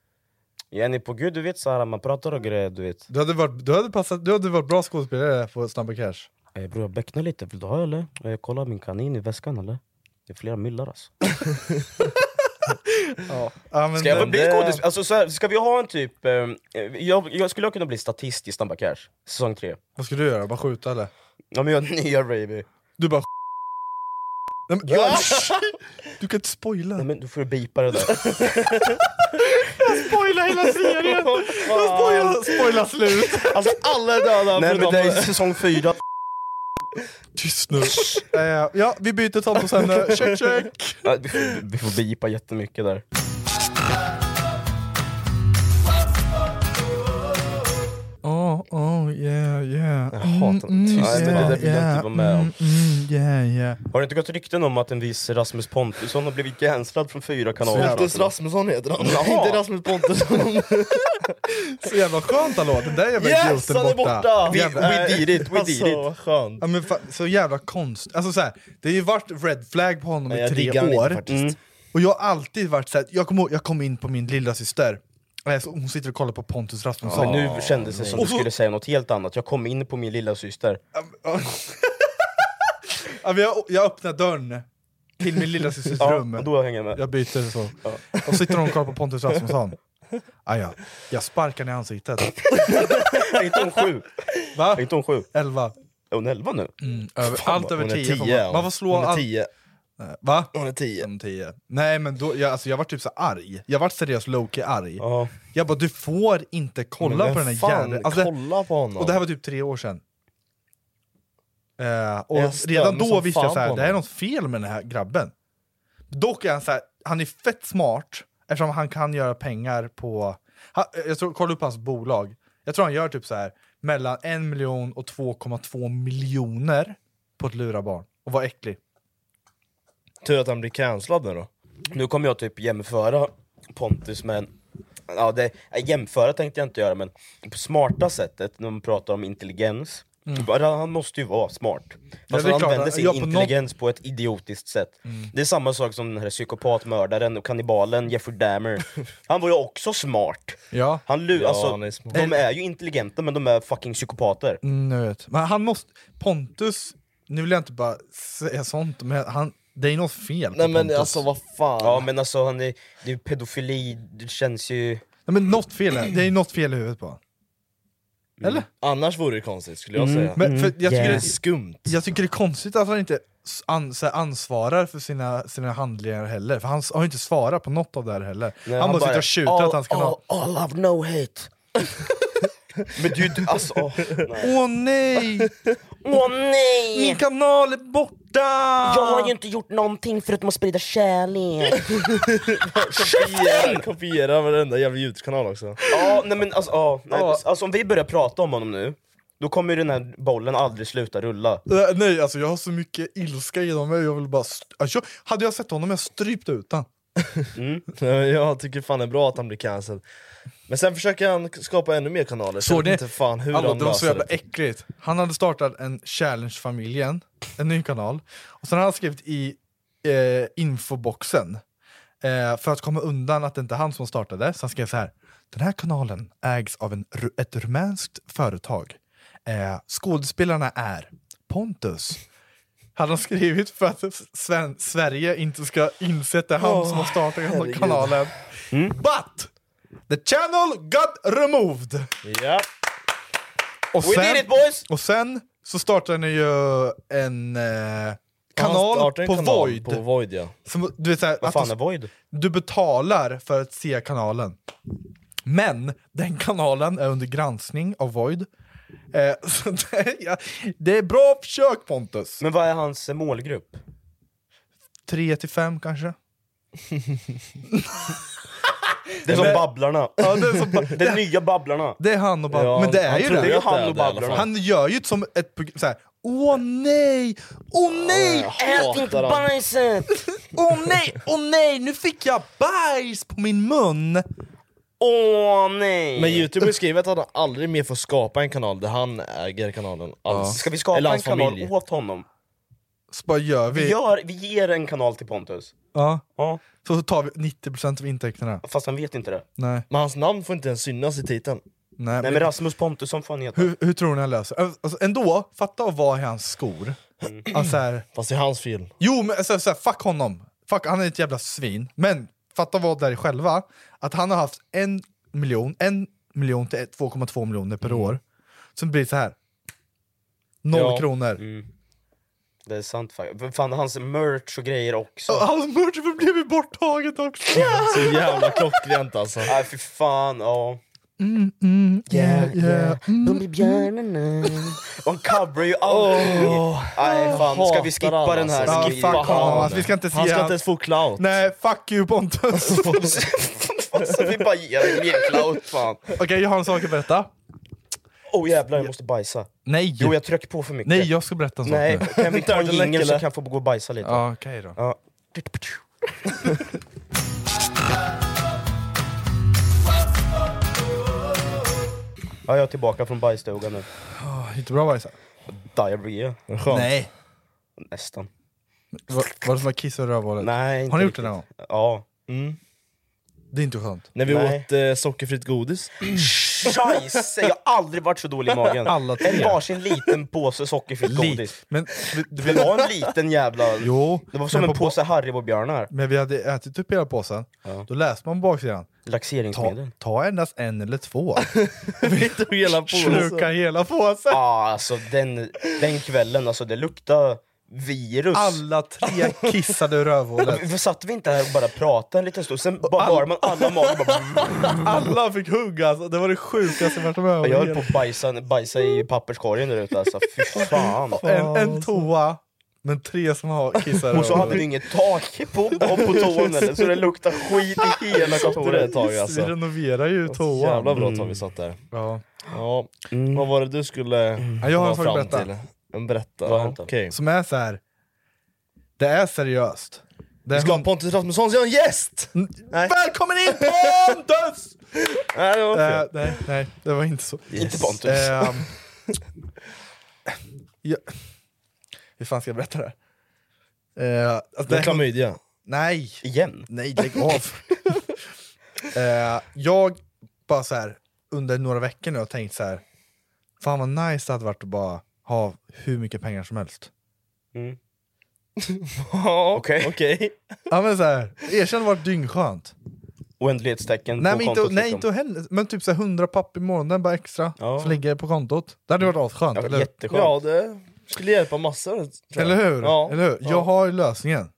Jenny på gud du vet såhär, man pratar och grejer du vet. Du hade varit, du hade passat, du hade varit bra skådespelare på Snabba Cash. Eh, bror jag becknar lite, vill du ha eller? Eh, kolla min kanin i väskan eller? Det är flera millar alltså. Ja, men Ska jag få den- bli det- skådespelare? Alltså, så här, ska vi ha en typ... Eh, jag, jag skulle kunna bli statist i Snabba Cash, säsong tre. Vad ska du göra? Bara skjuta eller? Ja men jag är nya baby. Du bara Nej, men, jag, Du kan inte spoila! Nej, men du får bipa det där. spoila hela serien! spoila, spoila slut! Alltså alla är döda Nej men förutom... det är säsong fyra. Tyst nu! eh, ja, vi byter tal på sen. Check check! Ja, vi, får, vi får bipa jättemycket där. Oh, oh yeah yeah. Jag hatar den. Tyst, det där vill jag inte vara med om. mm, mm, yeah yeah. Har det inte gått rykten om att en viss Rasmus Pontusson har blivit cancellad från fyra kanaler? Alltså, Pontus Rasmusson heter han. Jaha. Inte Rasmus Pontusson. Så jävla skönt hallå, den där jävla Yes, idioten han är borta! We- we did it, we did alltså, it. vad skönt. Ja, men fa- så jävla konst. Alltså, så här, det har ju varit red flag på honom Men i jag diggar tre han år. inte faktiskt. Mm. Och jag har alltid varit såhär, jag kommer ihåg, jag kom in på min lilla syster Alltså, Hon sitter och kollar på Pontus Rasmusson. Men nu kändes det som Och du så- skulle säga något helt annat. Jag kom in på min lilla syster. Ja, men jag, jag öppnar dörren till min lilla systers Ja, rum. och då hänger jag med. Jag byter så. Och sitter hon och kollar på Pontus Rasmusson. Aja, jag sparkar henne i ansiktet. Inte hon sju? Va? Inte hon sju? Elva. Är hon elva nu? Över, Fan, allt vad- över hon är tio. får tio, man, ja. man får slå Hon är allt. tio. Nej, Va? Hon är tio. Hon är tio. Nej men då, jag, alltså, jag var typ så arg. Jag var seriöst lowkey arg. Jag bara, du får inte kolla Men på den här fan, jävla... Alltså, kolla på honom. Och det här var typ tre år sedan. Eh, och Jag stör redan mig då som visste fan jag så här, på det här är honom. något fel med den här grabben. Dock är han så här, han är fett smart eftersom han kan göra pengar på... Han, jag tror, kolla upp hans bolag. Jag tror han gör typ så här mellan en miljon och 2,2 miljoner på att lura barn. Och vara äcklig. Tur att han blir cancellad nu då. Nu kommer jag typ jämföra Pontus med en... Ja, det, nej, jämföra tänkte jag inte göra, men på smarta sättet, när man pratar om intelligens. Mm. bara, Han måste ju vara smart. det är Fast han klart, använder sin ja, på något- Mm. intelligens på ett idiotiskt sätt. Det är samma sak som den här psykopatmördaren och kannibalen Jeffrey Dahmer. Han var ju också smart. Ja. Han lu- Ja, alltså, han är smart. de är ju intelligenta men de är fucking psykopater. Mm, jag vet. Men han måste... Pontus, nu vill jag inte bara säga sånt, men han, det är något fel på Pontus. alltså, vad fan. Ja men alltså han är, det är ju pedofili, det känns ju... Nej, men något fel är, det är något fel i huvudet på honom. Eller? Annars vore det konstigt skulle jag Mm. säga. Men för jag tycker det är skumt. Jag tycker det är konstigt att han inte s- an, så här, ansvarar för sina, sina handlingar heller, för han s- har ju inte svarat på något av det här heller. han, bara sitter och tjuter all, att han ska all, ha... all love, no hate. men du, du alltså... Åh Åh nej! Åh nej! Min kanal är borta! Jag har ju inte gjort någonting förutom att sprida kärlek. Kopiera, kopiera varenda jävla ljudkanal också. Ja, nej men alltså, ja, nej, alltså om vi börjar prata om honom nu, då kommer ju den här bollen aldrig sluta rulla. Äh, Nej, alltså jag har så mycket ilska inom mig, jag vill bara... st- Alltså, jag- hade jag sett honom, jag strypt ut han. Jag tycker fan det är bra att han blir cancelled. Men sen försöker han skapa ännu mer kanaler, så jag Såg vet ni? inte fan hur Hallå, han det var löser så jävla det. äckligt. Han hade startat en Challenge-familjen, en ny kanal, och sen hade han skrivit i eh, infoboxen, eh, för att komma undan att det inte är han som startade, så han skrev så här. Den här kanalen ägs av en, ru- ett rumänskt företag. Eh, skådespelarna är Pontus, hade han skrivit för att Sven- Sverige inte ska inse att det är han Åh, som har startat herregud. kanalen. But! The channel got removed! Ja. Och We sen, did it, boys! Och sen så startade ni ju en eh, Han kanal, startar på, en kanal Void. På Void ja. Som, du vet, så här, Vad att fan du- är Void? Du betalar för att se kanalen. Men den kanalen är under granskning av Void. Eh, så det, är- ja, det är bra försök Pontus! Men vad är hans eh, målgrupp? Tre till fem kanske? Det är som Babblarna. Ja, det är som ba- det nya Babblarna. Det är han och Babblarna. Ja, men det han är ju trodde det. ju att det är det i alla fall. Han gör ju som ett program, såhär Åh nej! Åh nej! Ät inte bajset! Åh nej! Åh nej! Nu fick jag bajs på min mun! Åh nej! Men youtube har skrivit att han aldrig mer får skapa en kanal där han äger kanalen alls. Ska vi skapa Eller en hans kanal familj. åt honom? Så bara gör vi. Vi, gör, vi ger en kanal till Pontus. Ja. Ja. Så tar vi 90% av intäkterna. Fast han vet inte det. Nej. Men hans namn får inte ens synas i titeln. Nej, Nej men Rasmus Pontusson får han heta. hur, hur tror ni han löser alltså, Ändå, fatta att vara i hans skor. Alltså, här, Fast det är hans fel. jo men alltså, så här, fuck honom. Fuck, han är ett jävla svin. Men fatta att vara där själva. Att han har haft en miljon, en miljon till ett- 2,2 miljoner per år. Sen blir det så här. Noll Ja. kronor. Det är sant faktiskt. Fan hans merch och grejer också. Och Hans merch blev ju borttaget också. Så jävla klockrent alltså. Nej fy fan, ja. Mm, mm, yeah, yeah. Bumbibjörnarna. De coverar ju aldrig. Nej fan, ska vi skippa den här? Ja, Skippa fuck honom. han. Alltså, vi ska inte se Han ska inte ens få clout. Nej, fuck you Pontus! Alltså vi bara ger en lekclout fan. Okej, jag har en sak att berätta. Åh oh, jävlar jag måste bajsa. Nej! Jo jag trycker på för mycket. Nej, jag ska berätta en sak Nej, nu. kan vi ta en Turtleneck, jingel så eller? kan jag få gå och bajsa lite? Ja, okej då. Ja. Ja, jag är tillbaka från bajsstugan nu. Oh, inte bra bajs? Diarré. skönt? Nej. Nästan. Var, var det som var kiss och rövhålet? Nej, inte Har ni gjort riktigt. det någon gång? Ja. Det är inte skönt. När vi Nej. åt eh, sockerfritt godis. Scheisse, jag har aldrig varit så dålig i magen. Alla tre. En varsin liten påse sockerfritt Li- godis. Men, det var en liten jävla... Jo, det var som men en på- påse Haribobjörnar. Men vi hade ätit upp hela påsen, då läste man på baksidan ta, Laxeringsmedel. ta endast en eller två. tog hela Sluka hela påsen. Ja, alltså den, den kvällen, alltså det luktade virus. Alla tre kissade ur rövhålet. Varför Satt vi inte här och bara pratade en liten stund, sen bara hör man alla magen bara... Alla fick hugga, alltså. det var det sjukaste jag varit med om. Jag höll på att bajsa, bajsa i papperskorgen där ute alltså, fy fan. en, en toa, men tre som har kissar Och så Alltså. hade du inget tak på, på, på toan eller, så det luktade skit i hela kontoret ett tag Vi alltså. renoverar ju toan. Jävla bra tag vi satt där. Ja. Ja. Vad var det du skulle Ja, jag har en komma fram sak att berätta. Eh, till? En berätta. Vad har hänt Ja, då? okej. Som är så här. det är seriöst. Det Vi är ska ha Pontus Rasmusson, jag har en gäst! Välkommen in Pontus! Nej, det var Eh, fel. nej, nej, det var inte så. Inte Pontus. Ehm, ja, hur fan ska jag berätta det här? Eh, alltså, Det är här- klamydia. Nej! Igen? Nej, lägg av! Eh, jag bara så här, under några veckor nu har tänkt så här. fan vad nice det hade varit att bara ha hur mycket pengar som helst. Okej. Ja men så här, erkänn det varit dyngskönt. Oändlighetstecken Nej, på men inte, kontot nej liksom. inte heller, men typ så här 100 papp i månaden bara extra Ja. som ligger på kontot. Det hade varit asskönt, Ja, eller hur? jätteskönt. Ja, det skulle hjälpa massor. tror jag. Eller hur? Ja. Eller hur? Jag har ju lösningen.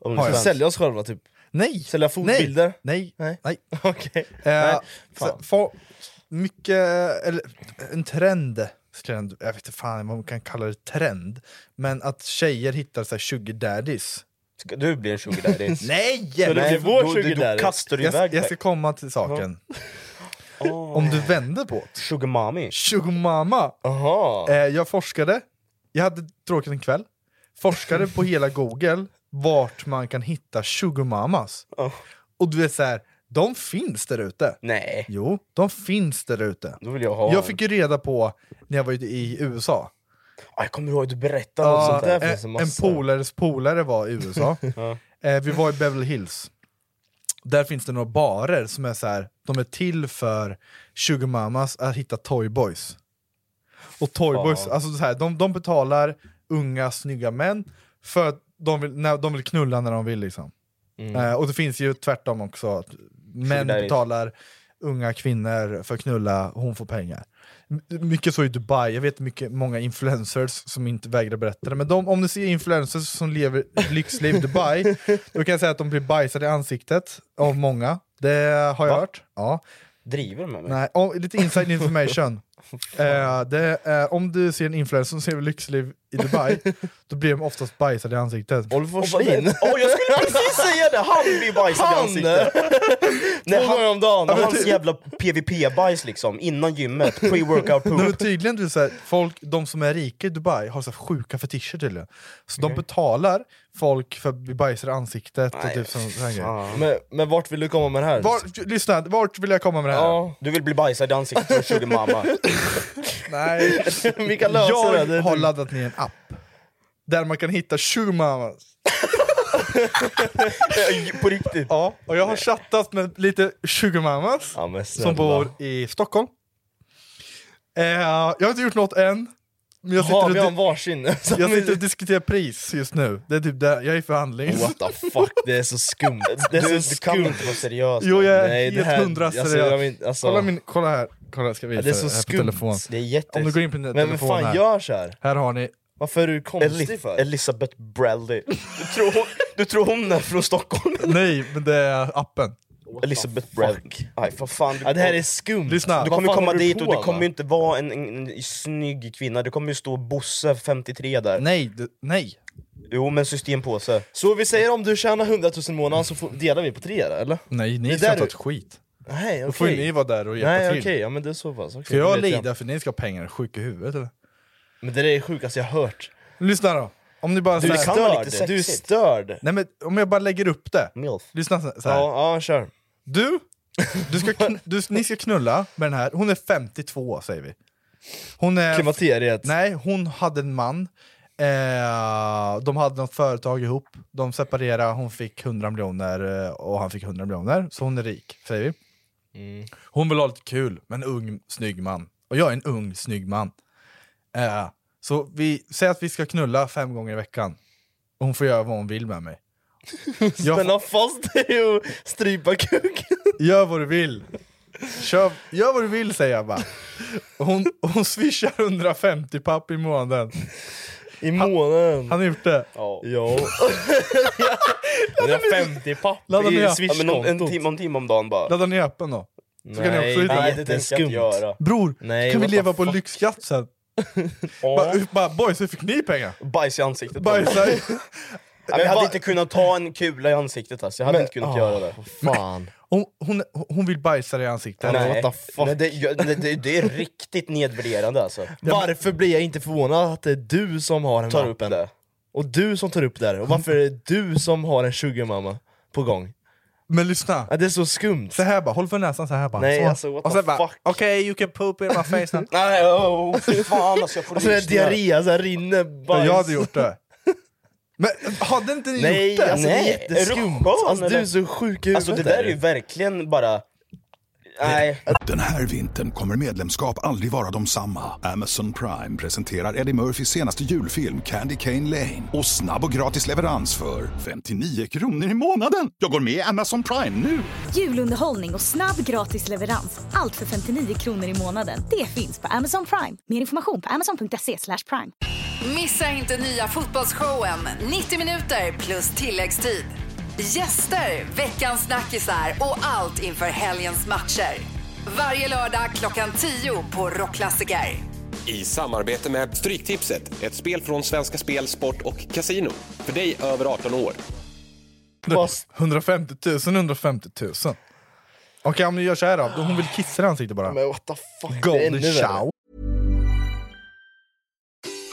Om Har vi ska jag. sälja oss själva typ. Nej! Sälja fotbilder? Nej! Nej! Nej. Okej. Eh, fan. så, få, mycket, eller en trend, skulle jag ändå- jag vet inte fan vad man kan kalla det trend, men att tjejer hittar så här sugar daddies. Ska du bli en sugar daddy? Nej! det nej blir vår då- sugar då daddy. kastar du Jag- iväg jag Jag ska ska komma till saken. Om Ah. du vänder på det. Sugar mommy? Sugar mama! Aha. Eh, jag forskade, jag hade tråkigt en kväll, forskade på hela google vart man kan hitta sugarmamas. Och du vet så här, de finns där ute. Nej. Jo, de finns där ute. Då vill jag ha Jag fick ju reda på när jag var ute i USA. Ah, jag kommer ihåg att du berättade något Ja, sånt där. en, en polares polare var i USA. Ja. eh, vi var i Beverly Hills. Där finns det några barer som är så här, de är till för sugarmamas att hitta toyboys. Och toyboys, alltså så här, de, de betalar unga snygga män för att de vill, när, de vill knulla när de vill liksom. Eh, och det finns ju tvärtom också, att män Solidariskt. betalar unga kvinnor för att knulla, hon får pengar. M- mycket så i Dubai, jag vet mycket, många influencers som inte vägrar berätta det, men de, om du ser influencers som lever ett lyxliv i Dubai, då kan jag säga att de blir bajsade i ansiktet av många. Det har jag hört. Ja. Driver de med mig? Nej, om- lite inside information. eh, det, är- om du ser en influencer som ser lyxliv i Dubai, då blir de oftast bajsade i ansiktet. Oliver Åh, Forslin. jag skulle precis säga det! Han blir bajsad i Han! ansiktet! Nej, Två gånger om dagen. Ja, men Hans jävla PVP-bajs liksom, innan gymmet, pre-workout Nej, men poop. tydligen, du, så här, folk, de som är rika i Dubai har så här, sjuka fetischer tydligen. Så de betalar folk för att bli bajsade i ansiktet och typ sån, sån här grejer. Men, men vart vill du komma med det här? Var, lyssna, vart vill jag komma med det här? Ja. Du vill bli bajsad i ansiktet för 20 mamma. Nej. Vi kan lösa det. jag det. är har du. laddat ner en app där man kan hitta sugarmamas. På riktigt. Ja, och jag har chattat med lite sugarmamas Ja, men snälla. som bor i Stockholm. Eh, jag har inte gjort något än. Men jag sitter, Har och, vi en di- varsin? Som jag sitter och diskuterar pris just nu. Det är typ där, jag är i förhandling. What the fuck, det är så skumt. Det är Du, så du kan skumt. inte vara seriös. Jo, jag är Nej, det helt här- hundra alltså, seriös. jag men- alltså- kolla, min, kolla här, kolla, jag ska visa det är så här skumt. på telefon. Det är jätte... Om du går in på din Men vem telefon fan här. gör så här? Här har ni... Varför är du konstig Eli- för? Elisabeth Bradley. Du tror, hon, du tror hon är från Stockholm? Nej, men det är appen. Elisabeth Bradley. Nej, för fan. Du, Ja, det här är skumt. Lyssna. du Vad kommer fan komma håller du dit på och du med? kommer ju inte vara en, en, en snygg kvinna. Du kommer ju stå Bosse 53 där. Nej, du, nej. Jo, men systempåse. Så vi säger om du tjänar 100 000 i månaden så får, delar vi på tre där, eller? Mm. Nej, Det ni är ska där inte ha ett du- skit. Nej, Då får ju okej. ni vara där och hjälpa Nej, okej, till. ja men det är så pass. Okay. Ska jag lida för ni ska ha pengar? Sjuk i huvudet eller? Men det är det sjukaste jag har hört. Lyssna då. Om ni bara... Du så är här, kan vara lite störd. Du är sexigt. störd. Nej men om jag bara lägger upp det. Milf. Lyssna så så här. Ja, ja, kör. Du Du ska kn- du, ni ska knulla med den här, hon är 52 säger vi. Hon är... Klimakteriet. Nej, hon hade en man. Eh, de hade något företag ihop, de separerade, hon fick 100 miljoner eh, och han fick 100 miljoner. Så hon är rik, säger vi. Mm. Hon vill ha lite kul med en ung, snygg man. Och jag är en ung, snygg man. Eh, så vi säger att vi ska knulla fem gånger i veckan. Och hon får göra vad hon vill med mig. Spänna fast dig och strypa kuken. Gör vad du vill. Kör, gör vad du vill säger jag bara. Hon, hon swishar 150 papp i månaden. I månaden? Han har gjort det? Ja. ja. 150 papp Ladda ner. i ja, men någon, en tim, någon timme om dagen bara. Ladda ner appen då. Så kan ni Nej, också hitta nej, det tänker jag inte göra. Bror, Nej, kan vi what the leva på lyxskatt sen? bara, bara boys, hur fick ni pengar? Bajs i ansiktet. Bajsa i- Ja, men jag hade inte kunnat ta en kula i ansiktet alltså. Jag hade inte kunnat göra det. Ah, Fan. Hon, hon, hon vill bajsa dig i ansiktet. Nej. Men det, jag- det, det, det är riktigt nedvärderande alltså. Varför blir jag inte förvånad att det är du som har den Tar mappen? upp det. Och du som tar upp det här. Och varför är det du som har en sugarmamma på gång? Men lyssna. det är så skumt. Så här bara, håll för näsan så här bara. Nej så. alltså what och the sen bara, fuck. Okej, you can poop in my face now. Nej, oh, fan alltså. Jag får Alltså det är rysningar. diarré, så här rinner bajs. Ja, jag hade gjort det. Men hade inte ni Nej, gjort det? alltså, det är jätteskumt. Alltså, du är så sjuk i Alltså det huvudet, där är ju eller? verkligen bara... Nej. Den här vintern kommer medlemskap aldrig vara de samma. Amazon Prime presenterar Eddie Murphys senaste julfilm Candy Cane Lane. Och snabb och gratis leverans för 59 kronor i månaden. Jag går med i Amazon Prime nu! Julunderhållning och snabb gratis leverans. Allt för 59 kronor i månaden. Det finns på Amazon Prime. Mer information på amazon.se slash prime. Missa inte nya fotbollsshowen 90 minuter plus tilläggstid. Gäster, veckans snackisar och allt inför helgens matcher. Varje lördag klockan 10 på Rockklassiker. I samarbete med Stryktipset, ett spel från Svenska Spel, Sport och Casino. För dig över 18 år. 150 000, 150 000. Okej, om ni gör så här då. Hon vill kissa i ansiktet bara. Men what the fuck. Golden det är ännu värre. shower.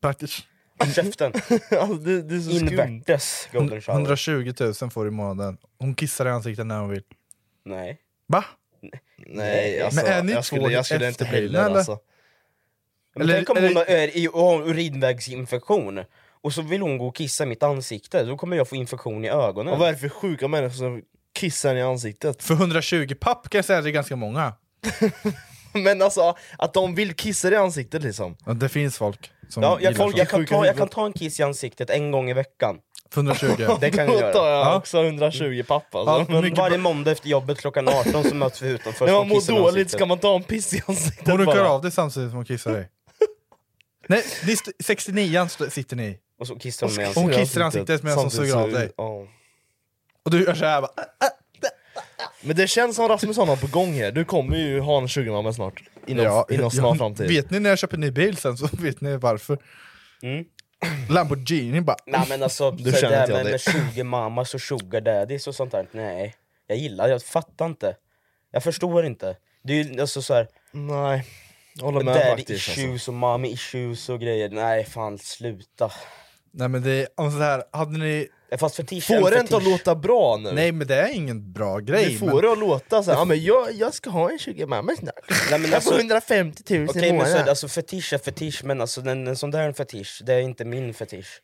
Praktiskt. Käften. Alltså, det, det är så Invärtes golden shower. 120 000 får du i månaden. Hon kissar i ansiktet när hon vill. Nej. Va? Nej, alltså, Men är ni jag två skulle, jag skulle inte bli efterblivna, det eller? alltså. Men Eller- tänk om hon eller- har, är i, och har urinvägsinfektion och så vill hon gå och kissa i mitt ansikte, då kommer jag få infektion i ögonen. Och vad är det för sjuka människor som kissar i ansiktet? För 120 papp kan jag säga att det är ganska många. Men alltså att de vill kissa i ansiktet liksom. Ja, det finns folk som Ja, jag, gillar kan, sånt. jag, kan ta, jag kan ta en kiss i ansiktet en gång i veckan. 120. Det kan jag Då göra. tar jag också 120 pappa. Ja, Alltså. men varje måndag efter jobbet klockan 18 så möts vi utanför. när så man mår kissar i dåligt ansiktet. ska man ta en piss i ansiktet Hon runkar bara. av dig samtidigt som hon kissar dig. Nej, det är st- 69an st- sitter ni i. Och så kissar hon Och mig i hon kissar i ansiktet medan hon Samtidigt suger av så- dig. ja. Och du gör såhär bara... äh. Men det känns som Rasmus har något på gång här, du kommer ju ha en sugarmamma snart. Inom, inom snar jag- framtid. Mm. Vet ni när jag köper ny bil sen så vet ni varför. Lamborghini bara... Nej men alltså, du det där med, med sugar mamas och sugar daddies och sånt där, nej. Jag gillar jag fattar inte. Jag förstår inte. Det är ju alltså såhär... Nej, håller med Daddy faktiskt, alltså. issues och mommy issues och grejer, nej fan sluta. Eh, Nej men det är, om så här, hade ni... Fast fetisch Får det inte att låta bra nu? Nej men det är ingen bra grej. Du får men... det att låta såhär, ja men jag, jag ska ha en sugarmamma snart. Nej, men jag får alltså- 150 000 Okej i men så, månaden. alltså fetisch är fetisch, men alltså den, en sån där en fetisch, det är inte min fetisch.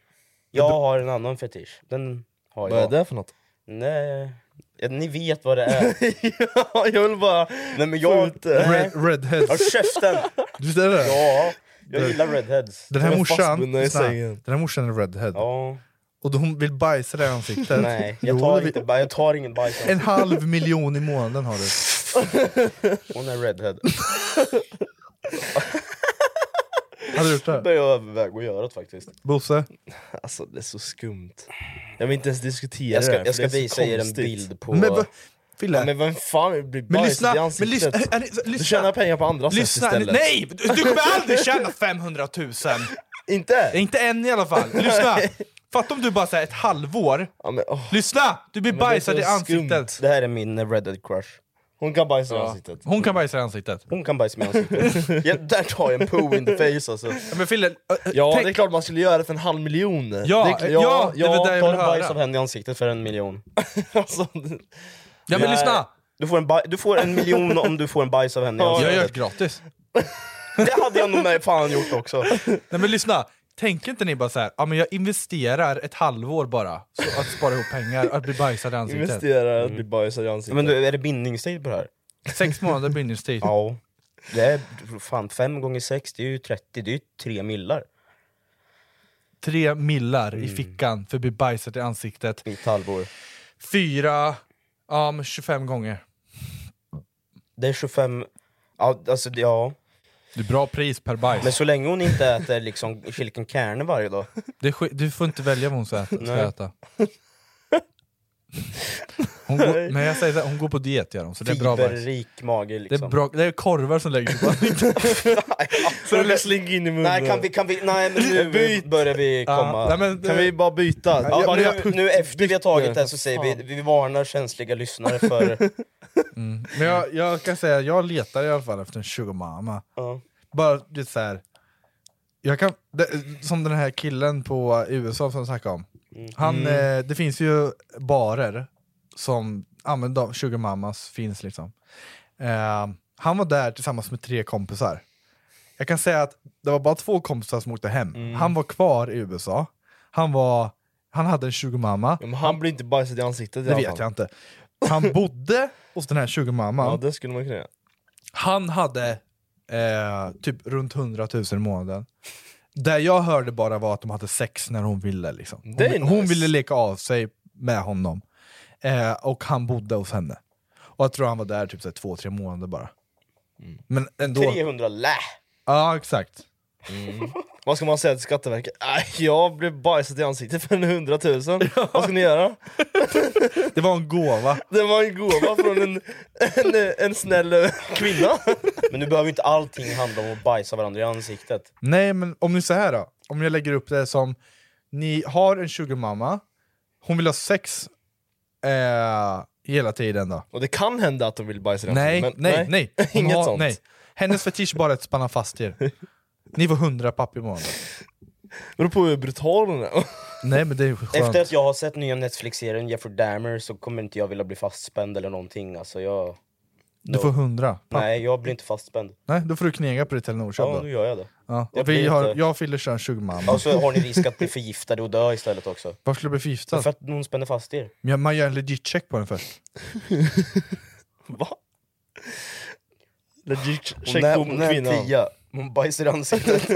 Jag har en annan fetisch, den har jag. Vad är det för något? Nej, ja, ni vet vad det är. Ja, jag vill bara Nej men jag... Nej. Red, redheads. Håll käften! Du ser det? Ja, jag gillar redheads. Den här De är morsan, fastbundna i lyssna, sängen. den här morsan är redhead. Ja. Och då hon vill bajsa dig i ansiktet. Nej, Jo, jag tar, det vill- inte, ba- jag tar ingen bajs. En halv miljon i månaden har du. Hon är redhead. Hade du gjort Det det? börjar jag överväga att göra det faktiskt. Bosse? Alltså det är så skumt. Jag vill inte ens diskutera Jag ska- det här, jag för det ska är så visa er en konstigt. bild på- Men vad- Fille. Ja, men vem fan blir Men bajs lyssna, i men lyssna, ansiktet? är ni- lyssna. Du tjänar pengar på andra Lyssna, sätt istället. nej! Du du kommer aldrig tjäna 500 000! Inte? Inte än i alla fall. Lyssna! Fatta om du bara säger ett halvår. Lyssna! Du blir Men det är bajsad så i ansiktet. skumt. Det här är eh, min redhead crush. Hon kan bajsa Ja. Hon kan bajsa i ansiktet. Hon kan bajsa i ansiktet. ja, där tar jag en poo in the face alltså. Men Fille, Ja tänk- det är klart man skulle göra det för en halv miljon! Ja, det är, ja, det är väl det jag tar vill en bajs höra. av henne i ansiktet för en miljon. Alltså, Ja men Nej. lyssna! Du får, en baj- du får en miljon om du får en bajs av henne i Jag gör ansiktet. det gratis. Det hade jag nog med fan gjort också. Nej men lyssna, tänker inte ni bara så här, ja men jag investerar ett halvår bara, så att spara ihop pengar, att bli bajsad i ansiktet. Investera att bli bajsad i ansiktet. Men du, är det bindningstid på det här? Sex månader bindningstid. Ja. Det är fan fem gånger sex, det är ju 30, det är ju tre millar. Tre millar i fickan för att bli bajsad i ansiktet. I ett halvår. Fyra, ja men 25 gånger. Det är 25, ja, alltså det- ja. Det är bra pris per bajs. Men så länge hon inte äter liksom chiliken kärne varje dag. Det är sk- du får inte välja vad hon ska äta. Ska Nej. äta. Hon går, men jag säger så här, hon går på diet gör hon, så det är bra bajs. Fiberrik mage Det liksom. är, bra, det är korvar som lägger sig på ansiktet. Så du slinga in i munnen. Nej, kan vi, kan vi, nej men nu Byt. börjar vi Ja, komma. nej, men, Kan vi bara byta? Ja, Bara- nu, nu efter vi har tagit det här så säger vi, vi varnar känsliga lyssnare för... Men jag, jag kan säga, jag letar i alla fall efter en sugarmama. Ja. Bara det är så här. Jag kan, det, som den här killen på USA som jag snackade om. Mm. Han, eh, det finns ju barer som använder de- sugarmamas, finns liksom. Eh, han var där tillsammans med tre kompisar. Jag kan säga att det var bara två kompisar som åkte hem. Mm. Han var kvar i USA, han, var, han hade en sugarmamma, Ja, men han blir inte bajsad i ansiktet i det alla vet fall. jag inte. Han bodde hos den här sugarmamman. Ja det skulle man kunna göra. Han hade eh, typ runt 100 000 i månaden. Det jag hörde bara var att de hade sex när hon ville. Liksom. Hon, Det är hon nice. ville leka av sig med honom. Eh, och han bodde hos henne. Och jag tror han var där typ så här två, tre månader bara. Mm. Men ändå. 300 lä! Ja, exakt. Vad ska man säga till Skatteverket? Äh, jag blev bajsad i ansiktet för en hundratusen. Vad ska ni göra? Det var en gåva. Det var en gåva från en, en, en snäll kvinna. Men nu behöver inte allting handla om att bajsa varandra i ansiktet. Nej, men om ni så här då. Om jag lägger upp det som, ni har en sugarmamma, hon vill ha sex eh, hela tiden då. Och det kan hända att de vill bajsa Alltså, i Nej, ansiktet. men- nej, nej. Hon Inget har- sånt. Nej. Hennes fetisch bara är att spanna fast er. Ni får 100 papp i månaden. Beror på hur brutal hon är. Nej men det är skönt. Efter att jag har sett nya Netflix-serien Jeffrey Dahmer så kommer inte jag vilja bli fastspänd eller någonting. Alltså jag... Du får 100 papp. Nej. Nej, jag blir inte fastspänd. då får du knega på ditt Telenorköp Ja, då. nu gör jag det. Ja. Jag Vi blir har, inte- jag och Fille kör en sugarmamma. Och så har ni risk att bli förgiftade och dö istället också. Varför skulle du bli förgiftad? För att någon spänner fast er. Men Man gör en legit check på den först. Va? Legit Hon check är, på hon är en kvinnan. tia. Hon bajsar i ansiktet.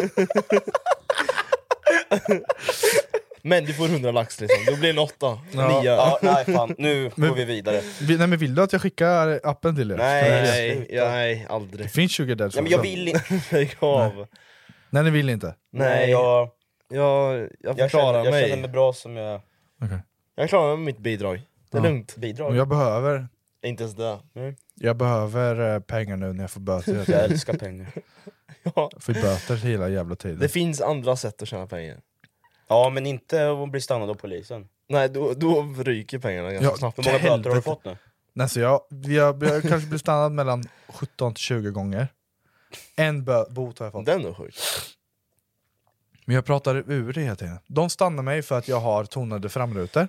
Men du får 100 lax liksom, då blir det en åtta, Ja. nia. Ja, nej fan, nu går vi vidare. Vi- Nej men vill du att jag skickar appen till er? Nej, Kan jag- Nej, nej, aldrig. Det finns sugar daddies Ja, men jag också. vill inte. Alltså. Lägg av. Nej ni vill inte? Nej, jag, Jag, jag jag, känner, förklarar jag mig. känner mig bra som jag... Jag klarar mig med mitt bidrag. Det är Ja. lugnt. Men Bidrag. jag behöver, Inte ens det. jag behöver eh, pengar nu när jag får böter. Mm. Jag älskar pengar. Ja. Jag får böter hela jävla tiden. Det finns andra sätt att tjäna pengar. Ja, men inte att bli stannad av polisen. Nej, då, då ryker pengarna ganska snabbt. Hur många böter har du fått nu? Nej, så jag, jag, jag kanske blir stannad mellan 17 till 20 gånger. En bö- bot har jag fått. Den är sjuk. Men jag pratar ur det hela tiden. De stannar mig för att jag har tonade framrutor.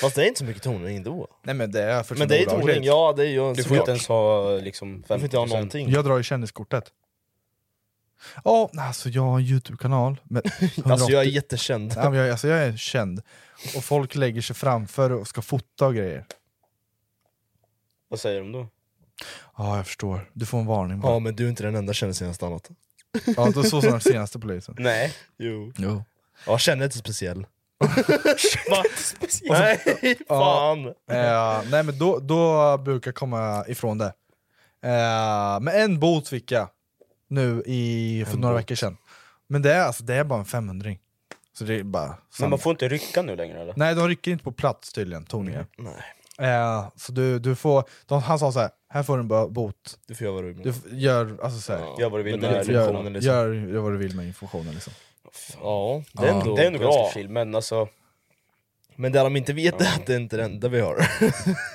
Fast det är inte så mycket tonring då. Nej men det är Men det är tonring, ja det är ju Du får inte ens ha liksom 50%. får inte ha någonting. Jag drar i kändiskortet. Ja, alltså jag har en Youtube-kanal. med Alltså jag är 180 jättekänd. Ja, men jag, alltså jag är känd. Och folk lägger sig framför och ska fota och grejer. Vad säger de då? Ja, jag förstår. Du får en varning bara. Ja men du är inte den enda kändisen jag stannat. Ja, då så snart senaste polisen. Nej. Jo. Jo. Ja, känner inte speciell. Nej, fan. Ja, Eh, nej men då, då brukar jag komma ifrån det. Eh, men en bot fick jag nu i, för En några bot. veckor sedan. Men det är, alltså, det är bara en 500 Så det är bara... Men samma- man får inte rycka nu längre eller? Nej, de rycker inte på plats tydligen, Toninge. Nej. Eh, så du, du får, de, han sa så här, här får du en bo- bot. Du får göra vad du vill. Du f- gör, alltså, så här, Ja, gör vad du vill Men med det- informationen, Gör, liksom. gör, gör vad du vill med informationen liksom. Ja, det är ändå det är ändå bra. ganska chill, men alltså... Men det de inte vet är att det är inte är det enda vi har.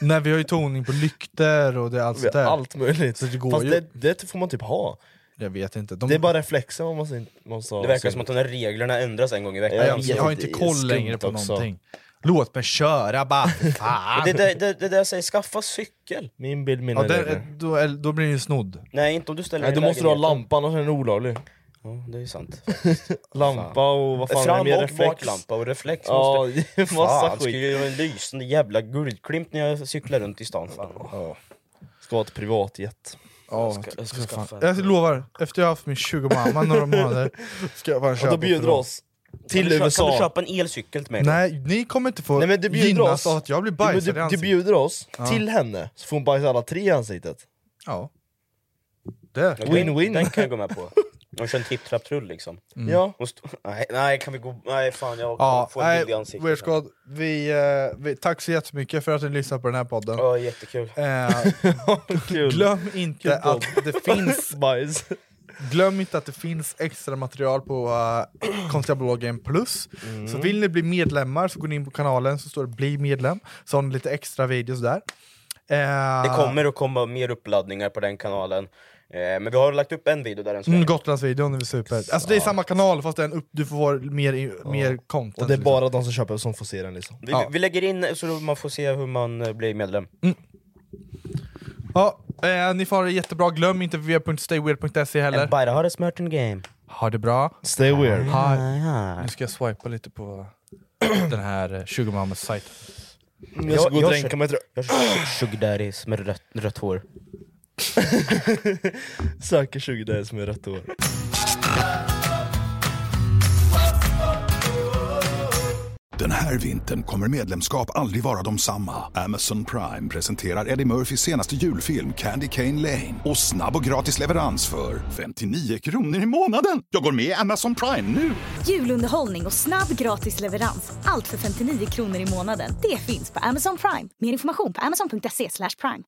Nej, vi har ju toning på lykter och det är allt Vi sånt har där. allt möjligt. Så det går Fast ju. det, det får man typ ha. Jag vet inte. De- Det är bara reflexen man måste, måste ha. Det verkar som att de här reglerna ändras en gång i veckan. jag, jag, har inte koll längre på någonting. Låt mig köra bara, fan! Det, det, det, det där jag säger, skaffa cykel! Min bild, mina ja, regler. där, då, är- då blir den ju snodd. Nej, inte om du ställer Nej, dig då i måste du ha lägenheten. lampa, annars är den olaglig. Ja, det är sant. Lampa och vad fan är Fram det mer och reflex? baklampa och reflex Ja, måste... det är massa fan, det skulle ju vara en lysande jävla guldklimp när jag cyklar runt i stan. Fan. Ska ha ett privatjet. Ja, ska- jag ska för fan. skaffa ett- jag lovar, efter jag har haft min 20 mamma några månader ska jag bara köpa Ja, då bjuder för du dem. oss till kan du, kö- USA. Kan du köpa en elcykel till mig? då? Nej, ni kommer inte få Nej, men du bjuder gynnas oss, av att jag blir Du- men bajsad i du, du ansiktet. bjuder oss Ja. till henne, så får hon bajsa alla tre i ansiktet. Ja. Det. Ja, den- Win-win. Den kan jag gå med på. De kör en tipp-trapp-trull liksom. Mm. Ja. Och st- nej, nej, kan vi gå... Nej fan, jag Ja, får en nej, bild i ansiktet. Weird Squad, vi, eh, vi, tack så jättemycket för att ni lyssnade på den här podden. Ja, jättekul. Eh, glöm inte Kul podd. att det finns Alltså, Bajs. Glöm inte att det finns extra material på uh, Konstiga plus. Så vill ni bli medlemmar så går ni in på kanalen så står det bli medlem. Så har ni lite extra videos där. Eh, Det kommer att komma mer uppladdningar på den kanalen. Eh, men vi har lagt upp en video där än så Mm, länge. Gotlandsvideon är väl super. Alltså det är samma kanal fast det är en upp, du får mer, i- mer content. Och det är liksom. bara de som köper som får se den liksom. Vi, Ja. vi lägger in så man får se hur man eh, blir medlem. Ja, eh, ni får ha det jättebra. Glöm inte www.stayweird.se heller. And bara har det smart in game. Ha det bra. Stay weird. Hi. Nu ska jag swipa lite på den här eh, 20 mammas sajt. Jag ska gå och jag dränka kör- mig tror Jag kör sugdaddies med rött, rött hår. jag. Söker 20 där som är rätt år. Den här vintern kommer medlemskap aldrig vara de samma. Amazon Prime presenterar Eddie Murphys senaste julfilm Candy Cane Lane. Och snabb och gratis leverans för 59 kronor i månaden. Jag går med i Amazon Prime nu! Julunderhållning och snabb gratis leverans. Allt för 59 kronor i månaden. Det finns på Amazon Prime. Mer information på amazon.se slash prime.